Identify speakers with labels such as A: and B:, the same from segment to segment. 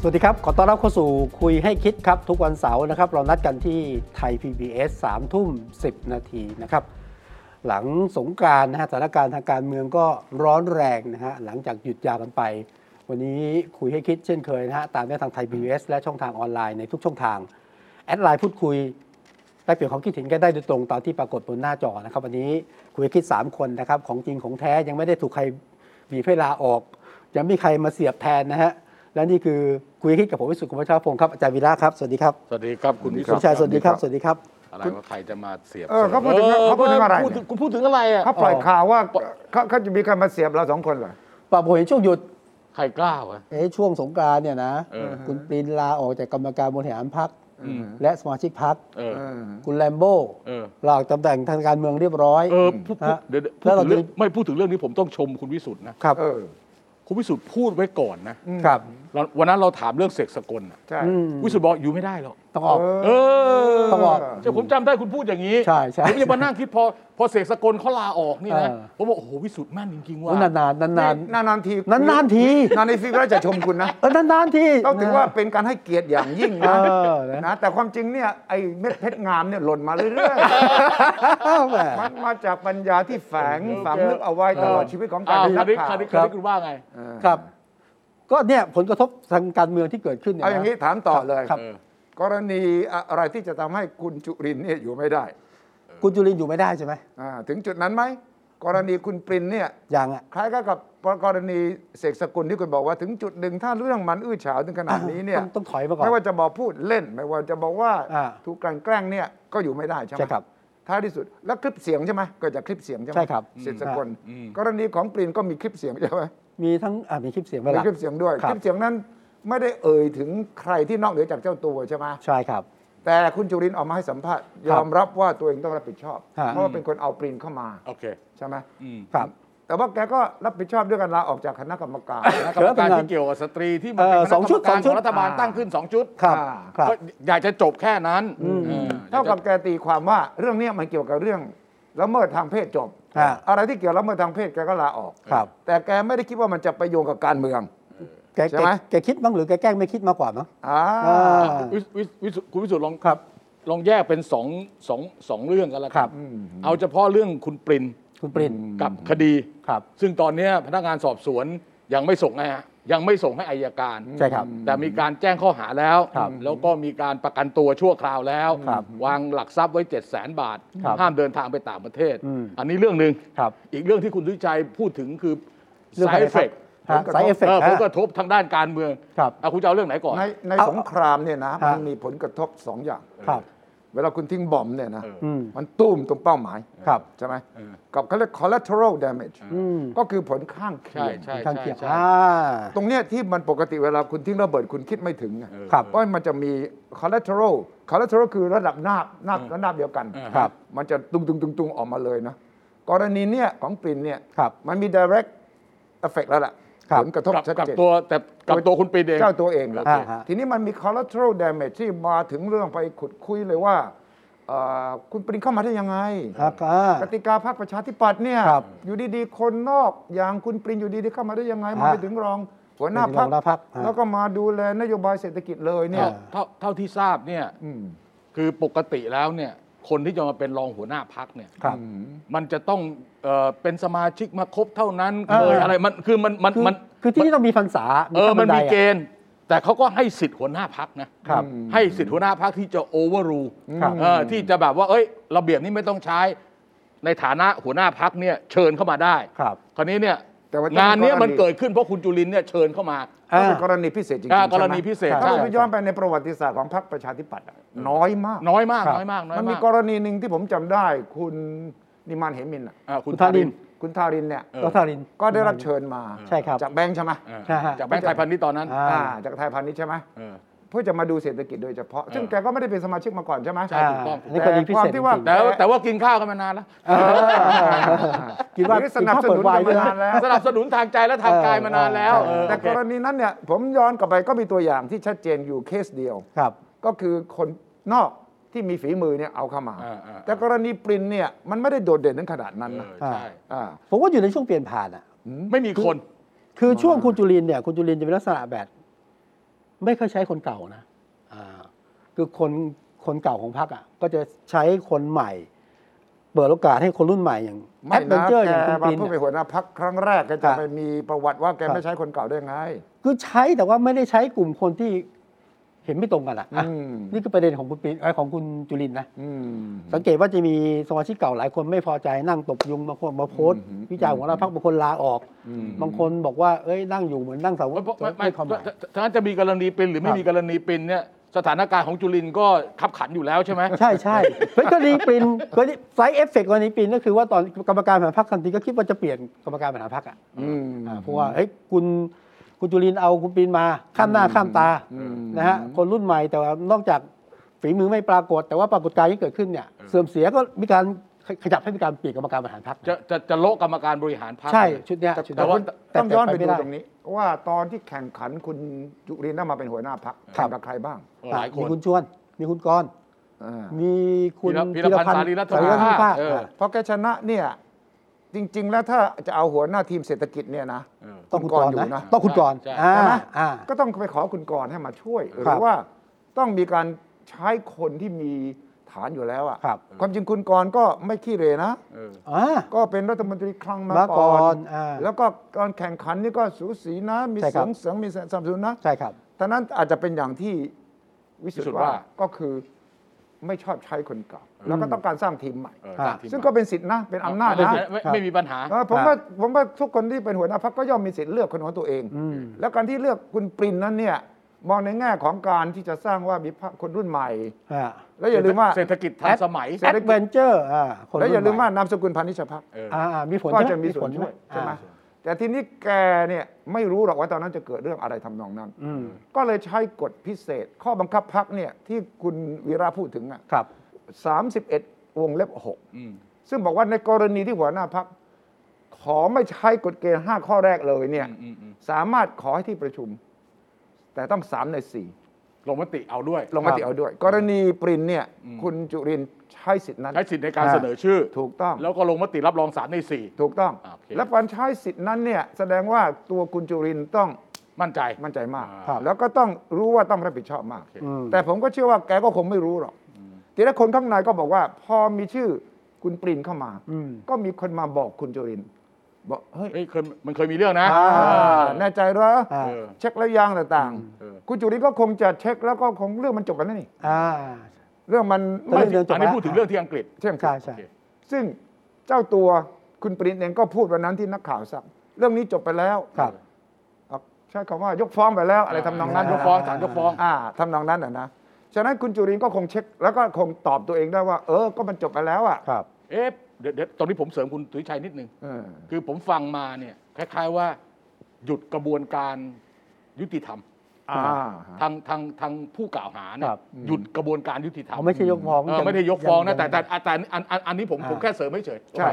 A: สวัสดีครับ ขอต้อนรับเข้าสู่คุยให้คิดครับ ทุกวันเสาร์นะครับ เรานัดกันที่ไทย PBS 3 ทุ่ม 10 นาทีนะครับ หลังสงกรานต์นะฮะสถานการณ์ทางการเมืองก็ร้อนแรงนะฮะหลังจากหยุดยาวกันไป วันนี้คุยให้คิดเช่นเคยนะฮะตามได้ทางไทย PBS และช่องทางออนไลน์ในทุกช่องทาง แอดไลน์พูดคุยแลกเปลี่ยนความคิดเห็นกันได้โดยตรงตามที่ปรากฏบนหน้าจอนะครับวันนี้คุยให้คิด 3 คนนะครับของจริงของแท้ยังไม่ได้ถูกใครบีบให้ลาออก ยังไม่มีใครมาเสียบแทนนะฮะและนี่คือคุยให้คิดกับผมวิสุทธิ์กุมภชาพงศ์ครับอาจารย์วีระครับสวัสดีครับ
B: สวัสดีครับคุณวิ
A: คุ
B: สุ
A: ณ
B: ท
A: ชายสวัสดีครับสวัสดีครับ
B: อะไรว่าใครจะมาเสียบ
C: เออเขาพูดถึง
B: อ
C: เขาพูดถึงอะไร
B: พูดคุณพูดถึงอะไรอ่ะ
C: เขาปล่อยข่าวว่าเขาเขาจะมีการมาเสียบเราสองคนเหรอ
A: ปราบผมเห็นช่วงหยุด
B: ใครกล้าวะ
A: เอ๊ะช่วงสงกรารเนี่ยนะ
B: เออ
A: คุณปรินลาออกจากกรรมการบริหารพัก
B: อืม
A: และสมาชิกพัก
B: เออ
C: เออ
A: คุณแลมโบ้
B: เออ
A: ลาออกตำแหน่งทางการเมืองเรียบร้อย
B: เออพูดพูด
A: ฮะ
B: เดี๋ยวเดี๋ยวพู
A: แล้
B: ด
A: วเรา
B: ถึงเรื่อง
A: จะ
B: ไม่พูดถึงเรื่องนี้ผมต้องชมคุณวิสุทธ์นะครับ
C: เออ
B: คุณวิสุทธ์พูดไว้ก่อนนะ
A: ครับ
B: เราวันนั้นเราถามเรื่องเสกสกลน่ะ
C: ใช่
A: อืม
B: วิสุทธ์บอกอยู่ไม่ได้หรอก
A: ต้องออก
B: เออ
A: ต้องออก
B: ใช่ผมจำได้คุณพูดอย่างนี้
A: ใช่ใช่
B: ผมจะมานั่งคิดพอพอเสกสกลเขาลาออกนี่นะ
A: เออ
B: ผมบอกโอ้โหวิสุทธ์แม่นจริงๆว่ะ
A: นานนานๆนาน
C: นานนานๆที
A: ๆนานๆนานๆที
C: นานในฟิกเราจะชมคุณนะ
A: เออนานๆที
C: ต้องถือว่าเป็นการให้เกียรติอย่างยิ่ง
A: เอ
C: นะ
A: อนะ
C: นะแต่ความจริงเนี่ยไอ้เม็ดเพชรงามเนี่ยหล่นมาเรื่อย
A: แหม
C: ๆมันมาจากปัญญาที่แฝงฝังลึกเอาไว้ตลอดชีวิตของการ
B: อ้าว
C: เป็น
B: ค
C: นั
B: รากวนี้ค
C: ข่า
B: ราว
C: ว
A: ค
B: นี้ครับ ราวนี้คุณว่าไง
C: เออ
A: ครับ ก็เนี่ยผลกระทบทางการเมืองที่เกิดขึ้นเนี่ย
C: เอาอย่าง
A: นี้
C: นี้ถามต่อเลย
A: ครับ
B: เออ
C: กรณีอะไรที่จะทำให้คุณจุรินทร์เนี่ยอยู่ไม่ได้
A: คุณจุลินทร์อยู่ไม่ได้ใช่ไหม
C: อ่าถึงจุดนั้นไหมกรณีคุณปรินเนี่ย
A: ยังอ่ะ
C: คล้ายๆกับกรณีเสกสกุลที่คุณบอกว่าถึงจุดหนึ่งถ้าเรื่องมันอื้อฉาวถึงขนาดนี้เนี่ย
A: ต้องต้องถอยมาก่อน
C: ไม่ว่าจะบอกพูดเล่น ไม่ว่าจะบอกว่า
A: อ่า
C: ถูกกลั่นแกล้งเนี่ยก็อยู่ไม่ได้ใช่ไหม
A: ใช่ครับ
C: ท้ายที่สุดแล้วคลิปเสียงใช่ไหมเกิดจากคลิปเสียงใช่ไหม
A: ใช่ครับ
C: เสกสกุล
B: อืม
C: กรณีของปรินก็มีคลิปเสียงใช่ไหม
A: มีทั้งอ่ะมีคลิปเสียงไป
C: มี
A: ละ
C: คลิปเสียงด้วย
A: ครับ
C: คลิปเสียงนั้นไม่ได้เอ่ยถึงใครที่นอกเหนือจากเจ้าตัวใช่ไหม
A: ใช่ครับ
C: แต่คุณจุรินทร์ออกมาให้สัมภาษณ์ยอมรับว่าตัวเองต้องรับผิดชอบ
A: ฮะ
C: เพราะว่าเป็นคนเอาปรินเข้ามา
B: โอเค
C: ใช่ไหม
B: อืม
A: ครับ
C: แต่ว่าแกก็รับผิดชอบด้วยการลาออกจากคณะกรรมการ
B: คณะกรรมการที่เกี่ยวกับสตรีที่มัน
A: เอ่อ
B: เป็นคณะก
A: ส
B: ร
A: อง
B: ร
A: ชุด
B: ม
A: ส
B: กา
A: อ
B: รง
A: ชุ
B: ข
A: ด
B: องรัฐบาล
C: อ่า
B: ตั้งขึ้นสองชุด
A: ครับ
C: อ่า
A: ครับ
B: ก็อยากจะจบแค่นั้นเออ
C: เท่ากับแกตีความว่าเรื่องเนี้ยมันเกี่ยวกับเรื่องละเมิดทางเพศจบ
A: ฮะ
C: อะไรที่เกี่ยวละเมิดทางเพศแกก็ลาออก
A: ครับ
C: แต่แกไม่ได้คิดว่ามันจะไปโยงกับการเมือง
A: แก
C: ใช่ไหม
A: แกแกคิดบ้างหรือแกแกล้งไม่คิดมากกว่ามั้ง
C: อ่า
A: อ่า
B: วิวิวิสุคุณวิสุทธ์ลอง
A: ครับ
B: ลองแยกเป็นสองสองสองเรื่องกันละ
A: ครับ
C: อืม
B: เอาเฉพาะเรื่องคุณปริน
A: คุณปริน
B: กับคดี
A: ครับ
B: ซึ่งตอนเนี้ยพนักงานสอบสวนยังไม่ส่งให้ยังไม่ส่งให้อายการ
A: ใช่ครับ
B: แต่มีการแจ้งข้อหาแล้ว
A: ครับ
B: แล้วก็มีการประกันตัวชั่วคราวแล้ว
A: ครับ
B: วางหลักทรัพย์ไว้ 7 0 0 0 0 0 บาท
A: ครับ
B: ห้ามเดินทางไปต่างประเทศ
A: อืม
B: อันนี้เรื่องหนึ่ง
A: ครับ
B: อีกเรื่องที่คุณทุชัยพูดถึงคือ
A: เรื่อง
B: side
A: อะไรครับ
B: effect
A: ฮะ side effect
B: เออ
A: ฮะ
B: ผลกระทบทางด้านการเมือง
A: ครับ
B: เอาคุณจะเอาเรื่องไหนก่อน
C: ในใน
A: เอา
C: สงครามเนี่ยนะ
A: ฮะ
C: มันมีผลกระทบสองอย่าง
A: ครับ
C: เวลาคุณทิ้งบอมเนี่ยนะ
B: เออ
A: อืม
C: มันตุ้มตรงเป้าหมาย
A: ครับ
C: ใช่ไหม
B: เออ
C: กับเขาเรียก collateral damage
A: อืม
C: ก็คือผลข้างเคี
B: ใช่
C: ยง
B: ใช่
A: ข้าง
B: ใช่
A: เคียง
B: ใช่
A: อ่า
C: ตรงเนี้ยที่มันปกติเวลาคุณทิ้งระเบิดคุณคิดไม่ถึงไง
B: เออ
A: ครับ
C: เพราะมันจะมี collateral collateral คือระดับนาบนาบระนาบเดียวกัน
B: อ่า
A: ครับ
C: มันจะตุงตุงตุงตุงออกมาเลยนะ กรณีเนี่ยของปรินเนี่ย
A: ครับ
C: มันมี direct effect แล้วล่ะ
A: ครับ
C: ผลกระทบ
B: กับ
C: ชัด
B: กับ
C: เจน
B: ตัวแต่กับตัวคุณปรีนเอง
C: เจ้าตัวเองแหละ
A: อ่าฮะ
C: ทีนี้มันมี collateral damage ที่มาถึงเรื่องไปขุดคุยเลยว่าเอ่อคุณปรินเข้ามาได้ยังไง
A: ครับอ่า
C: กติกาพรรคประชาธิปัตย์เนี่ย
A: ครับ
C: อยู่ดีๆ คนนอกอย่างคุณปรินอยู่ดีๆเข้ามาได้ยังไงมา
A: ฮะ
C: ไปถึงรองหัวหน้า
A: เป็น
C: พรร
A: รองหัวหน้าพรร
C: ค
A: คฮะ
C: แล้วก็มาดูแลนโยบายเศรษฐกิจเลยเนี่
B: เท่าย เท่าเท่าที่ทราบเนี่ย
C: อืม
B: คือปกติแล้วเนี่ยคนที่จะมาเป็นรองหัวหน้าพักเนี่ย
A: ครับ
B: มันจะต้องเอ่อเป็นสมาชิกมาครบเท่านั้น
A: เออ
B: เคยอะไรมันคือมันมัน
A: คือ
B: มัน
A: คือที่นี่ต้องมีพรรษา
B: เออ
A: ขั้
B: มัน
A: บั
B: มี
A: ไดะ
B: เกณฑ์ แต่เขาก็ให้สิทธิ์หัวหน้าพักนะครับ ให้สิทธิ์หัวหน้าพักที่จะโอเวอร์รู
A: ครับ
B: เออที่จะแบบว่า เอ้ย ระเบียบนี้ไม่ต้องใช้ ในฐานะหัวหน้าพักเนี่ยเชิญเข้ามาได้
A: ครับ
B: คราวนี้เนี่ย
C: แต่ว่าต้อง
B: งานเนี้ย
C: มีกรณี
B: มันเกิดขึ้นเพราะคุณจุลินทร์เนี่ยเชิญเข้ามา
C: ก็เป็นกรณีพิเศษจริงๆ
B: อ่า
C: ใช่ไหม
B: กรณีพิเศษ
C: ถ้า
A: ใช่
C: เราไปย้อนไปในประวัติศาสตร์ของพรรคประชาธิปัตย์อะน้อยมาก
B: น้อยมาก
A: ครับ
B: น้อยมากน้อย
C: มันมี
B: มาก
C: กรณีหนึ่งที่ผมจำได้ คุณนิมานเหมินอะ
B: อ่าคุ
A: คุ
B: ณ
A: ณธา
B: ทา
A: ริ
B: ริ
A: น
B: น
C: คุณทารินเนี่ย
B: เออ
A: ดรธาริน
C: ก็ได้รับเชิญมา
A: ใช่ครับ
C: จากแบงค์ใช่ไหม
B: เออ
A: ใช่ฮะ
B: จากแบงค์ไทยพันธุ์นี่ตอนนั้น
A: อ่า
C: อ่าจากไทยพาณิชย์ใช่ไหม
B: เออ
C: เพื่อจะมาดูเศรษฐกิจโดยเฉพาะ ซึ่งแกก็ไม่ได้เป็นสมาชิกมาก่อนใช่ไหม
B: ใช่ ถูกต้อง
A: านี่กรณีพิเศษจริง
C: แต่ความที่ว่า
A: ๆ
B: แต่ว่าแต่ว่ากินข้าวกันมานานแล้ว
C: เออ
A: คิดว่า
C: หรือสนับสนุนกันมานานแล้ว
B: สนับสนุนทางใจและทางกายมานานแล้ว
A: เออ
B: แต่
C: แต่ก
B: ก็
C: รณีนั้นเนี่ยผมย้อนกลับไปก็มีตัวอย่างที่ชัดเจนอยู่เคสเดียว
A: ครับ
C: ก็คือคนนอกที่มีฝีมือเนี่ยเอาเข้ามา
B: อ่าอ่า
C: แต่กรณีปรินเนี่ยมันไม่ได้โดดเด่นถึงขนาดนั้นนะ
B: เออใช่
C: อ่า
A: ผมว่าอยู่ในช่วงเปลี่ยนผ่านอ่ะ
B: ไม่มีคน
A: คือช่วงคุณจุลินเนี่ยคุณจุลินจะเป็นลักษณะแบบ ไม่ค่อยใช้คนเก่านะอ่าคือคนคนเก่าของพรรคอ่ะ ก็จะใช้คนใหม่ เปิดโอกาสให้คนรุ่นใหม่อย่างแอ
C: ไม่
A: ดเวน
C: นะ
A: เจอร์
C: แก
A: อย่างคุณ
C: มา
A: ปิน
C: เพื่อเป็น
A: เนี่ย
C: หัวหน้าพักครั้งแรกแก
A: ครั
C: จะ
A: บ
C: ไปมีประวัติว่า
A: ค
C: แก
A: รับ
C: ไม่ใช้คนเก่าได้ไง
A: คือใช้แต่ว่าไม่ได้ใช้กลุ่มคนที่เห็นไม่ตรงกันอ่ะอ่ะ
C: อืม
A: นี่คือประเด็นของคุณปินเอ้ยของคุณจุลินนะ
C: อืม
A: สังเกตว่าจะมีสมาชิกเก่าหลายคนไม่พอใจนั่งตบยุงบางคนมาโพสต์
C: อืม
A: วิจารณ์ของเราพักบางคนลาออก บางคนบอกว่าเอ้ยนั่งอยู่เหมือนนั่งเสา
B: ไม่เพราะไม่ไม่
A: ไม่ความหมาย
B: ถ้าถ้างั้นจะมีกรณีเป็นหรือ
A: ค
B: ไม่
A: รับ
B: มีกรณีเป็นเนี่ยสถานการณ์ของจุลินก็ขับขันอยู่แล้วใช่ไหม
A: ใช่ใช่เฮ้ยกรณีปรินกรณีไซส์เอฟเฟกต์กรณีปรินก็คือว่าตอนกรรมการบริหารพรรคทันทีก็คิดว่าจะเปลี่ยนกรรมการบริหารพรรคอ่ะ
C: อืม
A: อ่าเพราะว่าเฮ้ยคุณคุณจุลินเอาคุณปรินมาข้ามหน้าข้ามตา
C: อืม
A: นะฮะคนรุ่นใหม่แต่ว่านอกจากฝีมือไม่ปรากฏ แต่ว่าปรากฏการณ์ที่เกิดขึ้นเนี่ยเสื่อมเสียก็มีการขขยับให้มีการเปลี่ยนกรรมการบริหารพรรค
B: จะจะจะโละกรรมการบริหารพรรค
A: ใช่
B: เลย
A: ชุดเนี้ย
C: แต่
A: ชุด
C: แต่
A: เนี้ย
C: ว่า
A: แต่
C: ต้องย้อนไป
A: แต่
C: ดู
A: ม่
C: ตรงนี้ ว่าตอนที่แข่งขันคุณจุรินทร์ได้มาเป็นหัวหน้าพัก
A: ครับ
C: กับใครบ้าง
B: หลายคน
A: มีคุณชวน มีคุณกรณ์
C: อ่า
A: มีคุณ
B: พีรพันธ์สารีรัฐ
A: สารีรัฐ
B: ภา
A: ภา
B: ค
A: ค
B: เออ
C: เพราะแกชนะเนี่ยจริง ๆ แล้วถ้าจะเอาหัวหน้าทีมเศรษฐกิจเนี่ยนะ
B: เออ
A: ต้องคุณกรณ์
C: ยู่
A: นะต้องคุณกรณ์
B: ใช่
A: อ่า
C: ใช่ไหม
A: อ่า
C: ก็ต้องไปขอคุณกรณ์ให้มาช่วย ห
A: ครั
C: รื
A: บ
C: อว่าต้องมีการใช้คนที่มีฐานอยู่แล้วอะ
A: ครับ
C: ความจริงคุณกรณ์ก็ไม่ขี้เหรนะ
B: เออ
A: อ่า
C: ก็เป็นรัฐมนตรีคลังมา
A: มาก่
C: ก่
A: อ
C: อน น
A: อ่า
C: แล้วก็การแข่งขันนี่ก็สูสีนะมี
A: ใช่ครั
C: เสีย
A: บ
C: งเสียงมีสนัมสูนนะ
A: ใช่ครับ
C: แต่นั้นอาจจะเป็นอย่างที่วิสุท
B: วิสุทธิ์
C: ธ์
B: ว่า
C: ว่าก็คือไม่ชอบใช้คนเก่าแล้วก็ต้องการสร้างทีมใหม่
B: เออ
A: อ่า
B: สร้างทีม
C: ซึ่งก็เป็นสิทธินะเป็นอำนาจ
B: ไม่
C: นะ
B: ไม่
A: ครับ
B: ไม่มีปัญหา
C: เออผม
A: ครับ
C: ว่าผมว่าทุกคนที่เป็นหัวหน้าพรรคก็ย่อมมีสิทธิ์เลือกคนของตัวเอง
A: อืม
C: แล้วการที่เลือกคุณปรินนั้นเนี่ยมองในแง่ของการที่จะสร้างว่ามีพรรคคนรุ่นใหม่
A: อ่า
C: แล้วอย่าลืมว่า
B: เศรษฐกิจทันสมัย
C: เศ
A: แอ
C: รษฐ
A: ด
C: กิจ
A: เวนเจอร์อ่าคน
C: แล้วอย่าลืม
A: รุ่นให
C: ว่านามสกุลพานิชพัก
B: เออ
A: อ่าอ่ามีผล
C: ก็
A: ใช่
C: จะ
A: ไห
C: มีส่วนช่วย
A: ใช่
C: ใช่
A: ไห
C: ไห
A: ม
C: ม
A: อ่า
C: แต่ทีนี้แกเนี่ยไม่รู้หรอกว่าตอนนั้นจะเกิดเรื่องอะไรทำนองนั้น
A: อืม
C: ก็เลยใช้กฎพิเศษ ข้อบังคับพรรคเนี่ยที่คุณวีระพูดถึงอ่ะ
A: ครับ
C: สามสิบเอ็ดวงเล็บหก
B: อืม
C: ซึ่งบอกว่าในกรณีที่หัวหน้าพรรคขอไม่ใช้กฎเกณฑ์ห้าข้อแรกเลยเนี่ย
B: อืมอืม
C: สามารถขอให้ที่ประชุม แต่ต้องสามในสี่
B: ลงมติเอาด้วย
C: ลงมติเอาด้วย กรณีปรินเนี่ย คุณจุรินทร์ใช้สิทธินั้น
B: ใช้สิทธิ์ในการ
A: อ่า
B: เสนอชื่อ
C: ถูกต้อง
B: แล้วก็ลงมติรับรองสารในสี่
C: ถูกต้อง
B: โอเค
C: และการใช้สิทธินั้นเนี่ย แสดงว่าตัวคุณจุรินทร์ต้อง
B: มั่นใจ
C: มั่นใจมาก
A: ครับ
C: แล้วก็ต้องรู้ว่าต้องรับผิดชอบมาก
A: อืม
C: แต่ผมก็เชื่อว่าแกก็คงไม่รู้หรอกทีละคนข้างในก็บอกว่า พอมีชื่อคุณปรินเข้ามา
A: อืม
C: ก็มีคนมาบอกคุณจุรินทร์บอกเฮ้ย
B: เฮ้ยเคยมันเคยมีเรื่องนะ
A: อ่า
C: อ่าแน่ใจเหรอ
A: อ่า
B: เออ
C: เช็คแล้วยังต่าง
B: เออ
C: ๆ คุณจุรินทร์ก็คงจะเช็คแล้วก็คงเรื่องมันจบแล้วนี่
A: อ่า
C: เรื่องมัน
A: แต่
C: ไม่
A: เรื่องจบ
B: อันนี้
A: แล้ว
B: พูดถึงเรื่องที่อังกฤษ
C: เที่ยงคื
A: ใช่
C: น
A: ใช่
C: ซึ่งเจ้าตัวคุณปรินเองก็พูดวันนั้นที่นักข่าวสักเรื่องนี้จบไปแล้ว
A: ครับ
C: เอาใช้คำว่ายกฟ้องไปแล้ว อะไรทำนองนั้น
A: อ่า
B: ย
C: ย
B: ก
C: ก
B: ฟ้
C: ฟ้
B: อ
C: อง ง
B: ศาลยกฟ้อง
C: อ่าทำนองนั้นนะนะฉะนั้นคุณจุรินทร์ก็คงเช็ค แล้วก็คงตอบตัวเองได้ว่า เออ ก็มันจบไปแล้วอ่ะ
A: ครับ
B: เอ๊ะเดี๋ยวเดี๋ยวตอนนี้ผมเสริมคุณสุทธิชัยนิดนึง
C: เออ
B: คือผมฟังมาเนี่ยคล้ายๆว่าหยุดกระบวนการยุติธรรม
C: อ่า
B: ทางทางทางผู้กล่าวหาเนี่
A: ครั
B: ย
A: บ
B: หยุดกระบวนการยุติธรร
A: เขา
B: ม
A: ไม่ใช่ยกฟ้อง
B: เออไม่ได้ยก
A: ง
B: ฟ้องนะ
A: ง
B: แต่แต่แต่อันอันอันอันนี้ผม
A: อ่า
B: ผมแค่เสริมไม่เฉย
C: ใช่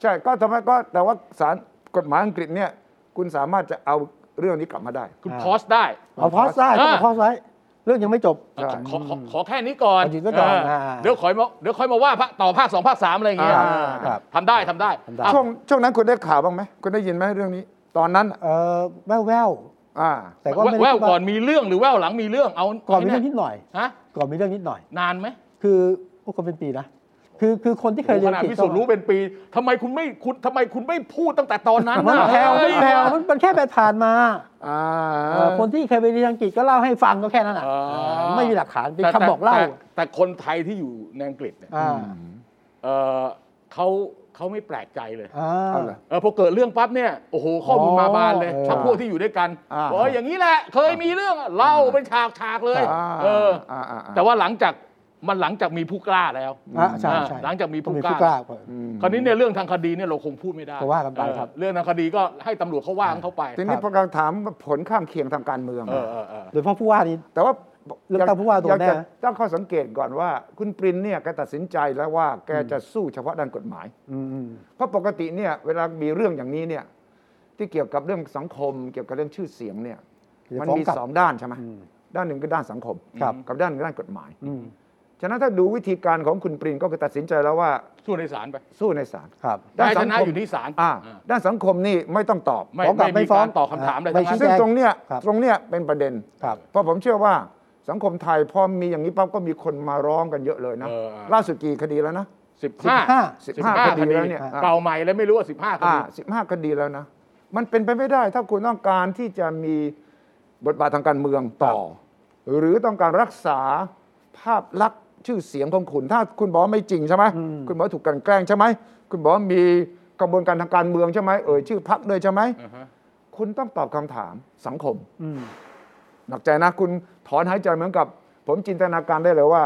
C: ใช่ก็ทำไมก็แต่ว่าศาลกฎหมายอังกฤษเนี่ย คุณสามารถจะเอาเรื่องนี้กลับมาได้
B: คุณ
A: อ่า
B: พอสได้
A: เอาพอสได้ต้องเอาพอสไว้เรื่องยังไม่จบ
C: ใช่
B: ขอขอขอแค่นี้ก่อน
A: ขอหยุดไว้ก่อน
B: เ
A: อ่า
B: เดี๋ยวคอยมาเดี๋ยวคอยมาว่าภาคต่อภาคสองภาคสามอะไรอย่างเงี้ย
A: อ่าครับ
B: ทำได้ทำได้
A: ทำได้
B: อ่ะ
C: ช่วงช่วงนั้นคุณได้ข่าวบ้างไหมคุณได้ยินไหมเรื่องนี้ ตอนนั้นอ่ะ
A: เออแว่วแวว
C: อ่า
A: ๆแต่ก็ไม่ได้
B: แว่ว
A: คิดา
B: ก่อนมีเรื่องหรือแว่วหลังมีเรื่องเอา
A: ก่อนมีเรื่อง
B: ให้
A: นิดหน่อย
B: แฮะ
A: ก่อนมีเรื่องนิดหน่อย
B: นานไหม
A: คือพวกคนเป็นปีนะ คือคือคนที่เคยเรี
B: ข
A: ยน
B: นาด
A: อังกฤษ
B: พิสูจน์รู้เป็นปีทำไมคุณไม่คุณทำไมคุณไม่พูดตั้งแต่ตอนนั้น
A: มัน
B: น่ะ
A: แผ่วมันแผ่วมั
B: เฮ้ย
A: นมันแค่แบบผ่านมา
C: อ่า
A: เอ่อคนที่เคยไปเรียนอังกฤษก็เล่าให้ฟังก็แค่นั้นอ่ะ
B: อ๋อ
A: ไม่มีหลักฐานเป็น
B: แต่
A: คำบอกเล่า
B: แต่แต่แต่คนไทยที่อยู่ในอังกฤษเนี่ย
A: อ่า
B: เอ่อเขาเขาไม่แปลกใจเลย
A: อ่า
C: เอาเหรอ
B: เออพอเกิดเรื่องปั๊บเนี่ยโอ้โหข้อมูลมาบานเลย
A: อ๋อ
B: ทั้งพวกที่อยู่ด้วยกัน
C: อ่า
B: บอกว่าอย่างนี้แหละ เคยมีเรื่องอะเล่าเป็นฉากฉากๆเลย
C: อ่า
B: เออ
C: อ่าอ่า
B: แต่ว่าหลังจากมันหลังจากมีผู้กล้าแล้ว
A: อ่าใช่
B: อ่า
A: ใช่
B: หลังจากมีผู้
A: ต้อง
B: กล้า
A: ก่อน
C: อืม
B: คราวนี้เนี่ยเรื่องทางคดีเนี่ยเราคงพูดไม่ได้
A: ก็ว่ากันไป
B: เออ
A: ครับ
B: เรื่องทางคดีก็ให้ตำรวจเขาว่าของเขาไป
C: ทีนี้พอกำลังถามผลข้างเคียงทางการเมือง
B: เออเออเออ
A: โดยเฉพาะผู้ว่านี่
C: แต่ว่า
A: เลือกตั้งผู้ว่าตัว
C: อยก
A: แน่
C: จะ
A: นะ
C: ตั้งข้อสังเกตก่อนว่า คุณปรินเนี่ยแกตัดสินใจแล้วว่าแกจะสู้เฉพาะด้านกฎหมาย
A: อืมอืม
C: เพราะปกติเนี่ยเวลามีเรื่องอย่างนี้เนี่ยที่เกี่ยวกับเรื่องสังคม เกี่ยวกับเรื่องชื่อเสียงเนี่ย
A: จะ
C: มัน
A: ฟ้อง
C: มี
A: กลับ
C: สองด้านใช่ไหม
A: อืม
C: ด้านหนึ่งคือด้านสังคม
A: ครับ
C: กับด้านด้านกฎหมาย
A: อืม
C: ฉะนั้นถ้าดูวิธีการของคุณปรินก็คือตัดสินใจแล้วว่า
B: สู้ในศาลไป
C: สู้ในศาล
A: ครับ
B: ได้
C: สั
B: ชนะอยู่ที่ศาล
C: อ่า
B: อ่า
C: ด้านสังคมนี่ไม่ต้องตอบ
B: ไม่
A: ฟ้องกลับ
B: ไม่
A: ไม่
B: มี
A: ฟ้อง
B: การตอบคำถามอะไร
A: ไม่
B: ทั้งนั้น
A: ชี้
C: ซึ่ง
A: แจ
C: ตรงเนี้ย
A: ครับ
C: ตรงเนี้ยเป็นประเด็น
A: ครับ
C: เพราะผมเชื่อว่าสังคมไทยพอมีอย่างนี้ปั๊บก็มีคนมาร้องกันเยอะเลยนะ
B: เออ
C: ล่าสุดกี่คดีแล้วนะ
B: สิบห้า
A: 15
C: 15คดีแล้วเนี่ย
B: เก่าใหม่แล้วไม่รู้ว่าสิบห้าค
C: อ่า
B: ดี
C: สิบห้า15 คดีแล้วนะ มันเป็นไปไม่ได้ถ้าคุณต้องการที่จะมีบทบาททางการเมืองต่อ หรือต้องการรักษาภาพลักษณ์ชื่อเสียงของคุณ ถ้าคุณบอกว่าไม่จริงใช่ไหม
A: อืม
C: คุณบอกว่าถูกกลันแกล้งใช่ไหมคุณบอกว่ามีกระบวนการทางการเมืองใช่ไหมเอ่ยชื่อพักด้วยใช่ไหมคุณต้องตอบคำถามสังคม
A: อืม
C: หนักใจนะคุณถอนหายใจเหมือนกับ ผมจินตนาการได้เลยว่า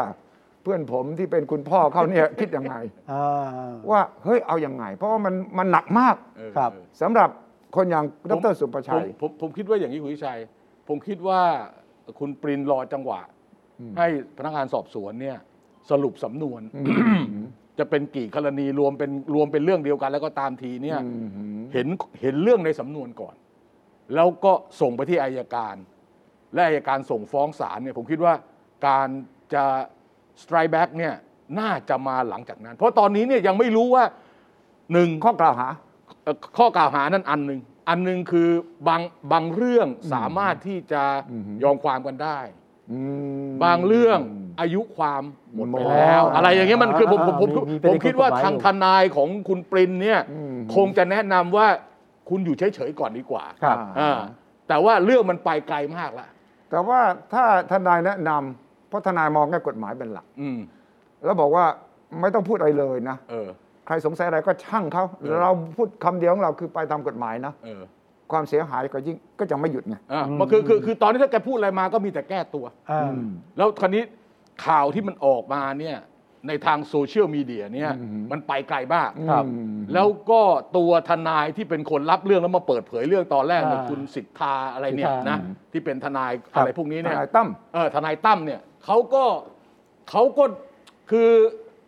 C: เพื่อนผมที่เป็นคุณพ่อเขาเนี่ย คิดยังไง
A: อ่า
C: ว่าเฮ้ยเอาอยัางไง เพราะว่ามันมันหนักมากสำหรับคนอย่างดรสุประชั
B: ผ
C: ย
B: มผมผมคิดว่าอย่างนี้คุณวิชัย ผมคิดว่าคุณปรินรอจังหวะ ให้พนักงานสอบสวนเนี่ยสรุปสำนวน จะเป็นกี่กรณีรวมเป็นรวมเป็นเรื่องเดียวกันแล้วก็ตามที เนี่ยเห็นเห็นเรื่องในสำนวนก่อน แล้วก็ส่งไปที่อายการ และอายการส่งฟ้องศาลเนี่ยผมคิดว่าการจะ strike back เนี่ยน่าจะมาหลังจากนั้น เพราะตอนนี้เนี่ยยังไม่รู้ว่าหนึ่ง
C: ข้อกล่าวหา
B: เอ่อข้อกล่าวหานั่นอันหนึ่งอันหนึ่งคือบางบางเรื่องสามารถที่จะ
C: อืม
B: ยอมความกันได้
C: อืม
B: บางเรื่องอายุความหมดไปแล้ว
C: หมดแล้ว
B: อะไรอย่างเงี้ยมันคือผมผมผม
A: มีประ
B: ผ
A: เด็
B: ม
A: น
B: คิดว่า
A: ข้อกฎหมาย
B: ทา
A: อ
B: ง
A: ยู่
B: ทนายของคุณปรินเนี่ย
C: อืม
B: คงจะแนะนำว่าคุณอยู่เฉยๆก่อนดีกว่า
A: ครับ
B: อ่าแต่ว่าเรื่องมันไปไกลมากละ
C: แต่ว่าถ้าทนายแนะนำเพราะทนายมองแค่กฎหมายเป็นหลัก
B: อืม
C: แล้วบอกว่าไม่ต้องพูดอะไรเลยนะ
B: เออ
C: ใครสงสัยอะไรก็ช่างเขา
B: เออ
C: เราพูดคำเดียวของเราคือไปตามกฎหมายนะ
B: เออ
C: ความเสียหายก็ยิ่งก็จะไม่หยุดไง
B: อ่ะมันคือคือคือตอนนี้ถ้าแกพูดอะไรมาก็มีแต่แก้ตัว
A: อ่า
B: แล้วคราวนี้ข่าวที่มันออกมาเนี่ยในทางโซเชียลมีเดียเนี่ย
C: อืม
B: มันไปไกลมาก
A: ครับ
C: อืม
B: แล้วก็ตัวทนายที่เป็นคนรับเรื่องแล้วมาเปิดเผยเรื่องตอนแรกเนี่ย
A: อ่า
B: คุณสิทธาอะไรเนี่ย
A: สิทธาน
B: นะที่เป็นทนายอะไรพวกนี้
C: ท
B: เนี่ย
C: นายตั้ม
B: เออทนายตั้มเนี่ยเขาก็เขาก็คือ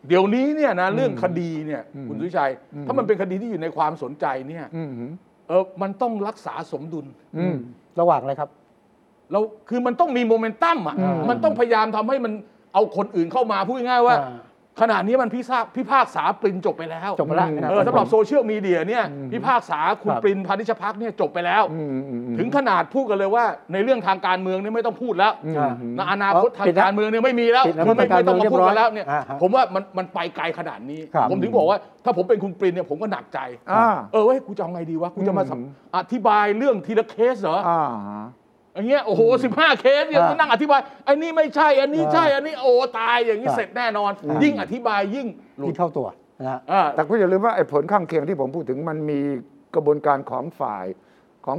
B: เดี๋ยวนี้เนี่ยนะเรื่องคดีเนี่ย
C: อืม
B: คุณสุวิชัย
C: อืม
B: ถ้ามันเป็นคดีที่อยู่ในความสนใจเนี่ย
C: อืม
B: เออมันต้องรักษาสมดุล
C: อืม
A: ระหว่างอะไรครับ
B: แล้วคือมันต้องมีโมเมนตัมอ่ะ
C: อืม
B: มันต้องพยายามทำให้มันเอาคนอื่นเข้ามาพูดง่ายๆว่า
A: อ่า
B: ขณะนี้มันพิพากพิพากษาปรินจบไปแล้ว
A: จบไปแล้วนะค
B: เออ
A: รั
B: สำหรับโซเชียลมีเดียเนี่ยพิพากษาคุณ
A: ครับ
B: ปรินพานิชพักเนี่ยจบไปแล้ว
C: อืมอืมอืม
B: ถึงขนาดพูดกันเลยว่า ในเรื่องทางการเมืองเนี่ยไม่ต้องพูดแล้ว
C: อืม
A: อ่า
B: นะอนาคตทางการเมืองเนี่ยไม่มีแล้ว
A: ปิดนะ
B: คุณไม่ไม่ต้องมาพูดกันแล้วเนี่ย
A: อ่าฮะ
B: ผมว่ามันมันไปไกลขนาดนี้
A: ครับ
B: ผมถึงบอกว่าถ้าผมเป็นคุณปรินเนี่ยผมก็หนักใจ
C: อ่า
B: เออเว้ยกูจะเอาไงดีวะกูจะมาสัม
C: อืม
B: อธิบายเรื่องทีละเคสเหรอ
C: อ่า
B: อย่างเงี้ยโอ้โหสิบห้าเคสเนี่ย
A: อ่า
B: นั่งอธิบายไอ้นี่ไม่ใช่อันนี้ใช่
A: อ่า
B: อันนี้โอ้ตายอย่างนี้
A: อ่า
B: เสร็จแน่นอน
C: อ่ายิ่
B: ยิ่งอธิบายยิ่งหลุด
A: ที่เข้าตัวนะฮะ
B: อ่า
C: แต่คุณอย่าลืมว่าไอ้ผลข้างเคียงที่ผมพูดถึงมันมีกระบวนการของฝ่ายของ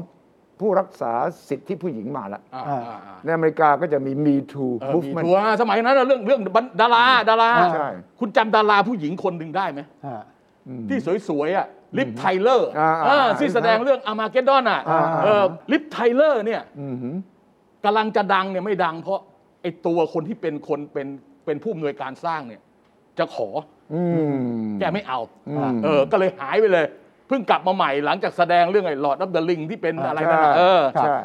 C: ผู้รักษาสิทธิผู้หญิงมาแล้ว
B: อ่า
A: อ่า
B: อ่าอ่า
C: ในอเมริกาก็จะมี Me Too
B: เออมี
C: Movement
B: ทัวร์สมัยนั้นน่ะเรื่องเรื่องดาราดารา
C: ใช่
B: คุณจำดาราผู้หญิงคนหนึ่งได้ไหม
A: อ่า
C: อืม
B: ที่สวยๆอ่ะลิฟไทเลอร์
C: อ่าอ่า
B: อ่าที่แสดงเรื่องอามาเกดดอนอ่ะ
C: อ่า
B: เออลิฟไทเลอร์เนี่ย
C: อืมหืม
B: กำลังจะดังเนี่ยไม่ดัง เพราะไอ้ตัวคนที่เป็นคนเป็นเป็นผู้อำนวยการสร้างเนี่ยจะขอ
C: อืม
B: แกไม่เอา
C: อืม
B: เออ ก็เลยหายไปเลย เพิ่งกลับมาใหม่หลังจากแสดงเรื่องไอ้หลอด f ับเดลิงที่เป็นอะไรนั่นน่ะ
C: ใช่
B: เออ
C: ใช่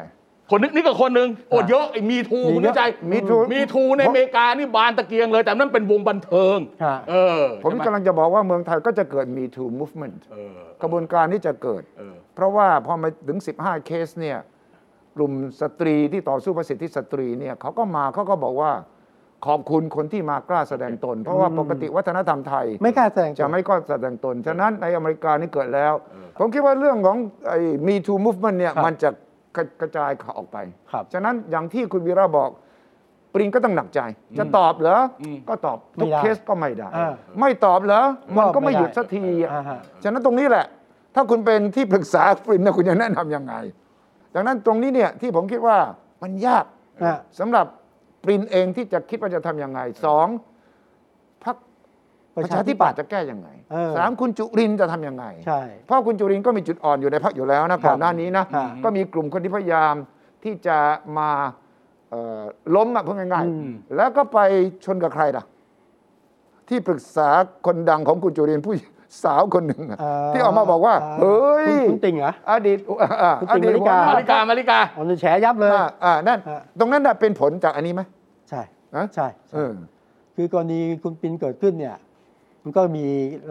B: คนนึงนี่ก็คนหนึ่งโอดเยอะไอ้มีทู
A: มีเยอะ
B: คุณเข้าใจ
C: Me Too
B: มีทูในอเมริกานี่บานตะเกียงเลย แต่นั่นเป็นวงบันเทิง
A: อ่า
B: เออ
C: ผม
B: ใช่ไห
C: กำลังจะบอกว่าเมืองไทยก็จะเกิด Me Too Movement
B: เออก
C: ระบวนการที่จะเกิด
B: เออ
C: เพราะว่าพอมาถึง 15 เคสเนี่ยกลุ่มสตรีที่ต่อสู้เพื่อสิทธิสตรีเนี่ยเขาก็มาเขาก็บอกว่าขอบคุณคนที่มากล้าแสดงตน เพราะว่าปกติวัฒนธรรมไทย
A: ไม่กล้าแสดงตัว
C: จะไม่กล้าแสดงตน ฉะนั้นในอเมริกานี่เกิดแล้ว ผมคิดว่าเรื่องของไอ้ Me Too Movement เนี่ยมันจะกระกระจายข่าวออกไป
A: ครับ
C: ฉะนั้นอย่างที่คุณวีระบอก ปริงก็ต้องหนักใจ จะตอบเหรออ
B: ม
C: ก็ตอบ
A: ไม่
C: ทุก
A: ได้
C: เคสก็ไม่ได้
A: อ่า
C: ไม่ตอบเหรอมัน
A: ก็
C: ก็
A: ไม่
C: ไม่
A: ได้
C: หยุดสักทีอะ
A: อ่าฮะ
C: ฉะนั้นตรงนี้แหละ ถ้าคุณเป็นที่ปรึกษา ปริงนะคุณจะแนะนำยังไง ดังนั้นตรงนี้เนี่ยที่ผมคิดว่ามันยาก
A: อ่า
C: สำหรับปรินเองที่จะคิดว่าจะทำยังไงสองพักประชาธิปัตย์จะแก้ยังไง
A: เออ
C: สามคุณจุรินทร์จะทำยังไง
A: ใช่
C: เพราะคุณจุรินทร์ก็มีจุดอ่อนอยู่ในพักอยู่แล้วนะก่อนหน้านี้นะ
A: อ่า
C: ก็มีกลุ่มคนที่พยายามที่จะมา เอ่อล้มอะพูดง่าย
A: อืม
C: ๆ แล้วก็ไปชนกับใครล่ะ ที่ปรึกษาคนดังของคุณจุรินทร์ผู้สาวคนหนึ่งอะที่ออกมาบอกว่า เฮ้ย
A: คุณคุณติ่งเหรอ
C: อดีตอ่าอ่า
A: คุณ
C: อ
A: ติ่ง
C: ดีต
A: มาริกา
C: หัวห
B: มา
C: น้
B: ริกามาริกา
A: อ๋อนี่แฉยับเลย
C: อ่าอ่านั่น
A: ฮะ
C: ตรงนั้นน่ะเป็นผลจากอันนี้ไหม
A: ใช่
C: ฮะ
A: ใช่
C: เอ
A: ใช่
C: อ
A: คือกรณีคุณปินเกิดขึ้นเนี่ย มันก็มี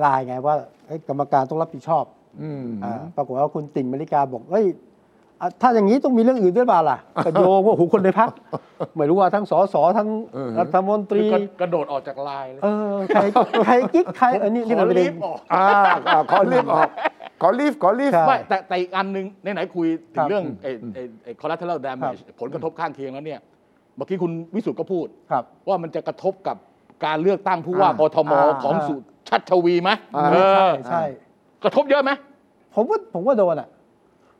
A: ลายไงว่าเอ้ยกรรมการต้องรับผิดชอบ
C: อืม
A: อาปรากฏว่าคุณติ่งมริกาบอกเอ้ยอ่ะถ้าอย่างนี้ต้องมีเรื่องอื่นด้วยบ่า ล่ะ กระโยงว่าหูคนในพักไม่รู้ว่าทั้งสสทั้ง
C: เออ
A: รัฐมนตรี
B: คือกระโดดออกจากไลน์เลย
A: เออใครใครกิ๊กใครเออนี่นี่
B: ข
A: มั
B: อน
A: ประเด็
B: รี
A: น
B: บออก
C: อ่าอ่าขอรีบออกขอรีบขอรีบ
A: ใช่
B: ไม่แต่แต่อีกอันหนึงไหนๆคุยถึ
A: ครั
B: ง
A: บ
B: เรื่องไอ้ไอ้ไอ้ collateral damage ผลกระทบข้างเคียงแล้วเนี่ย เมื่อกี้คุณวิสุทธ์ก็พูด
A: ครับ
B: ว่ามันจะกระทบกับการเลือกตั้งผู้ว่า
C: อ่าก
B: ทม
C: อ่า
B: ของ
A: อ่า
B: สุชัชวีไหม
C: อ่า
B: เอ
A: ใช่
B: อ
A: ใช่
B: กระทบเยอะไหม
A: ผมว่าผมว่าโดนอ่ะ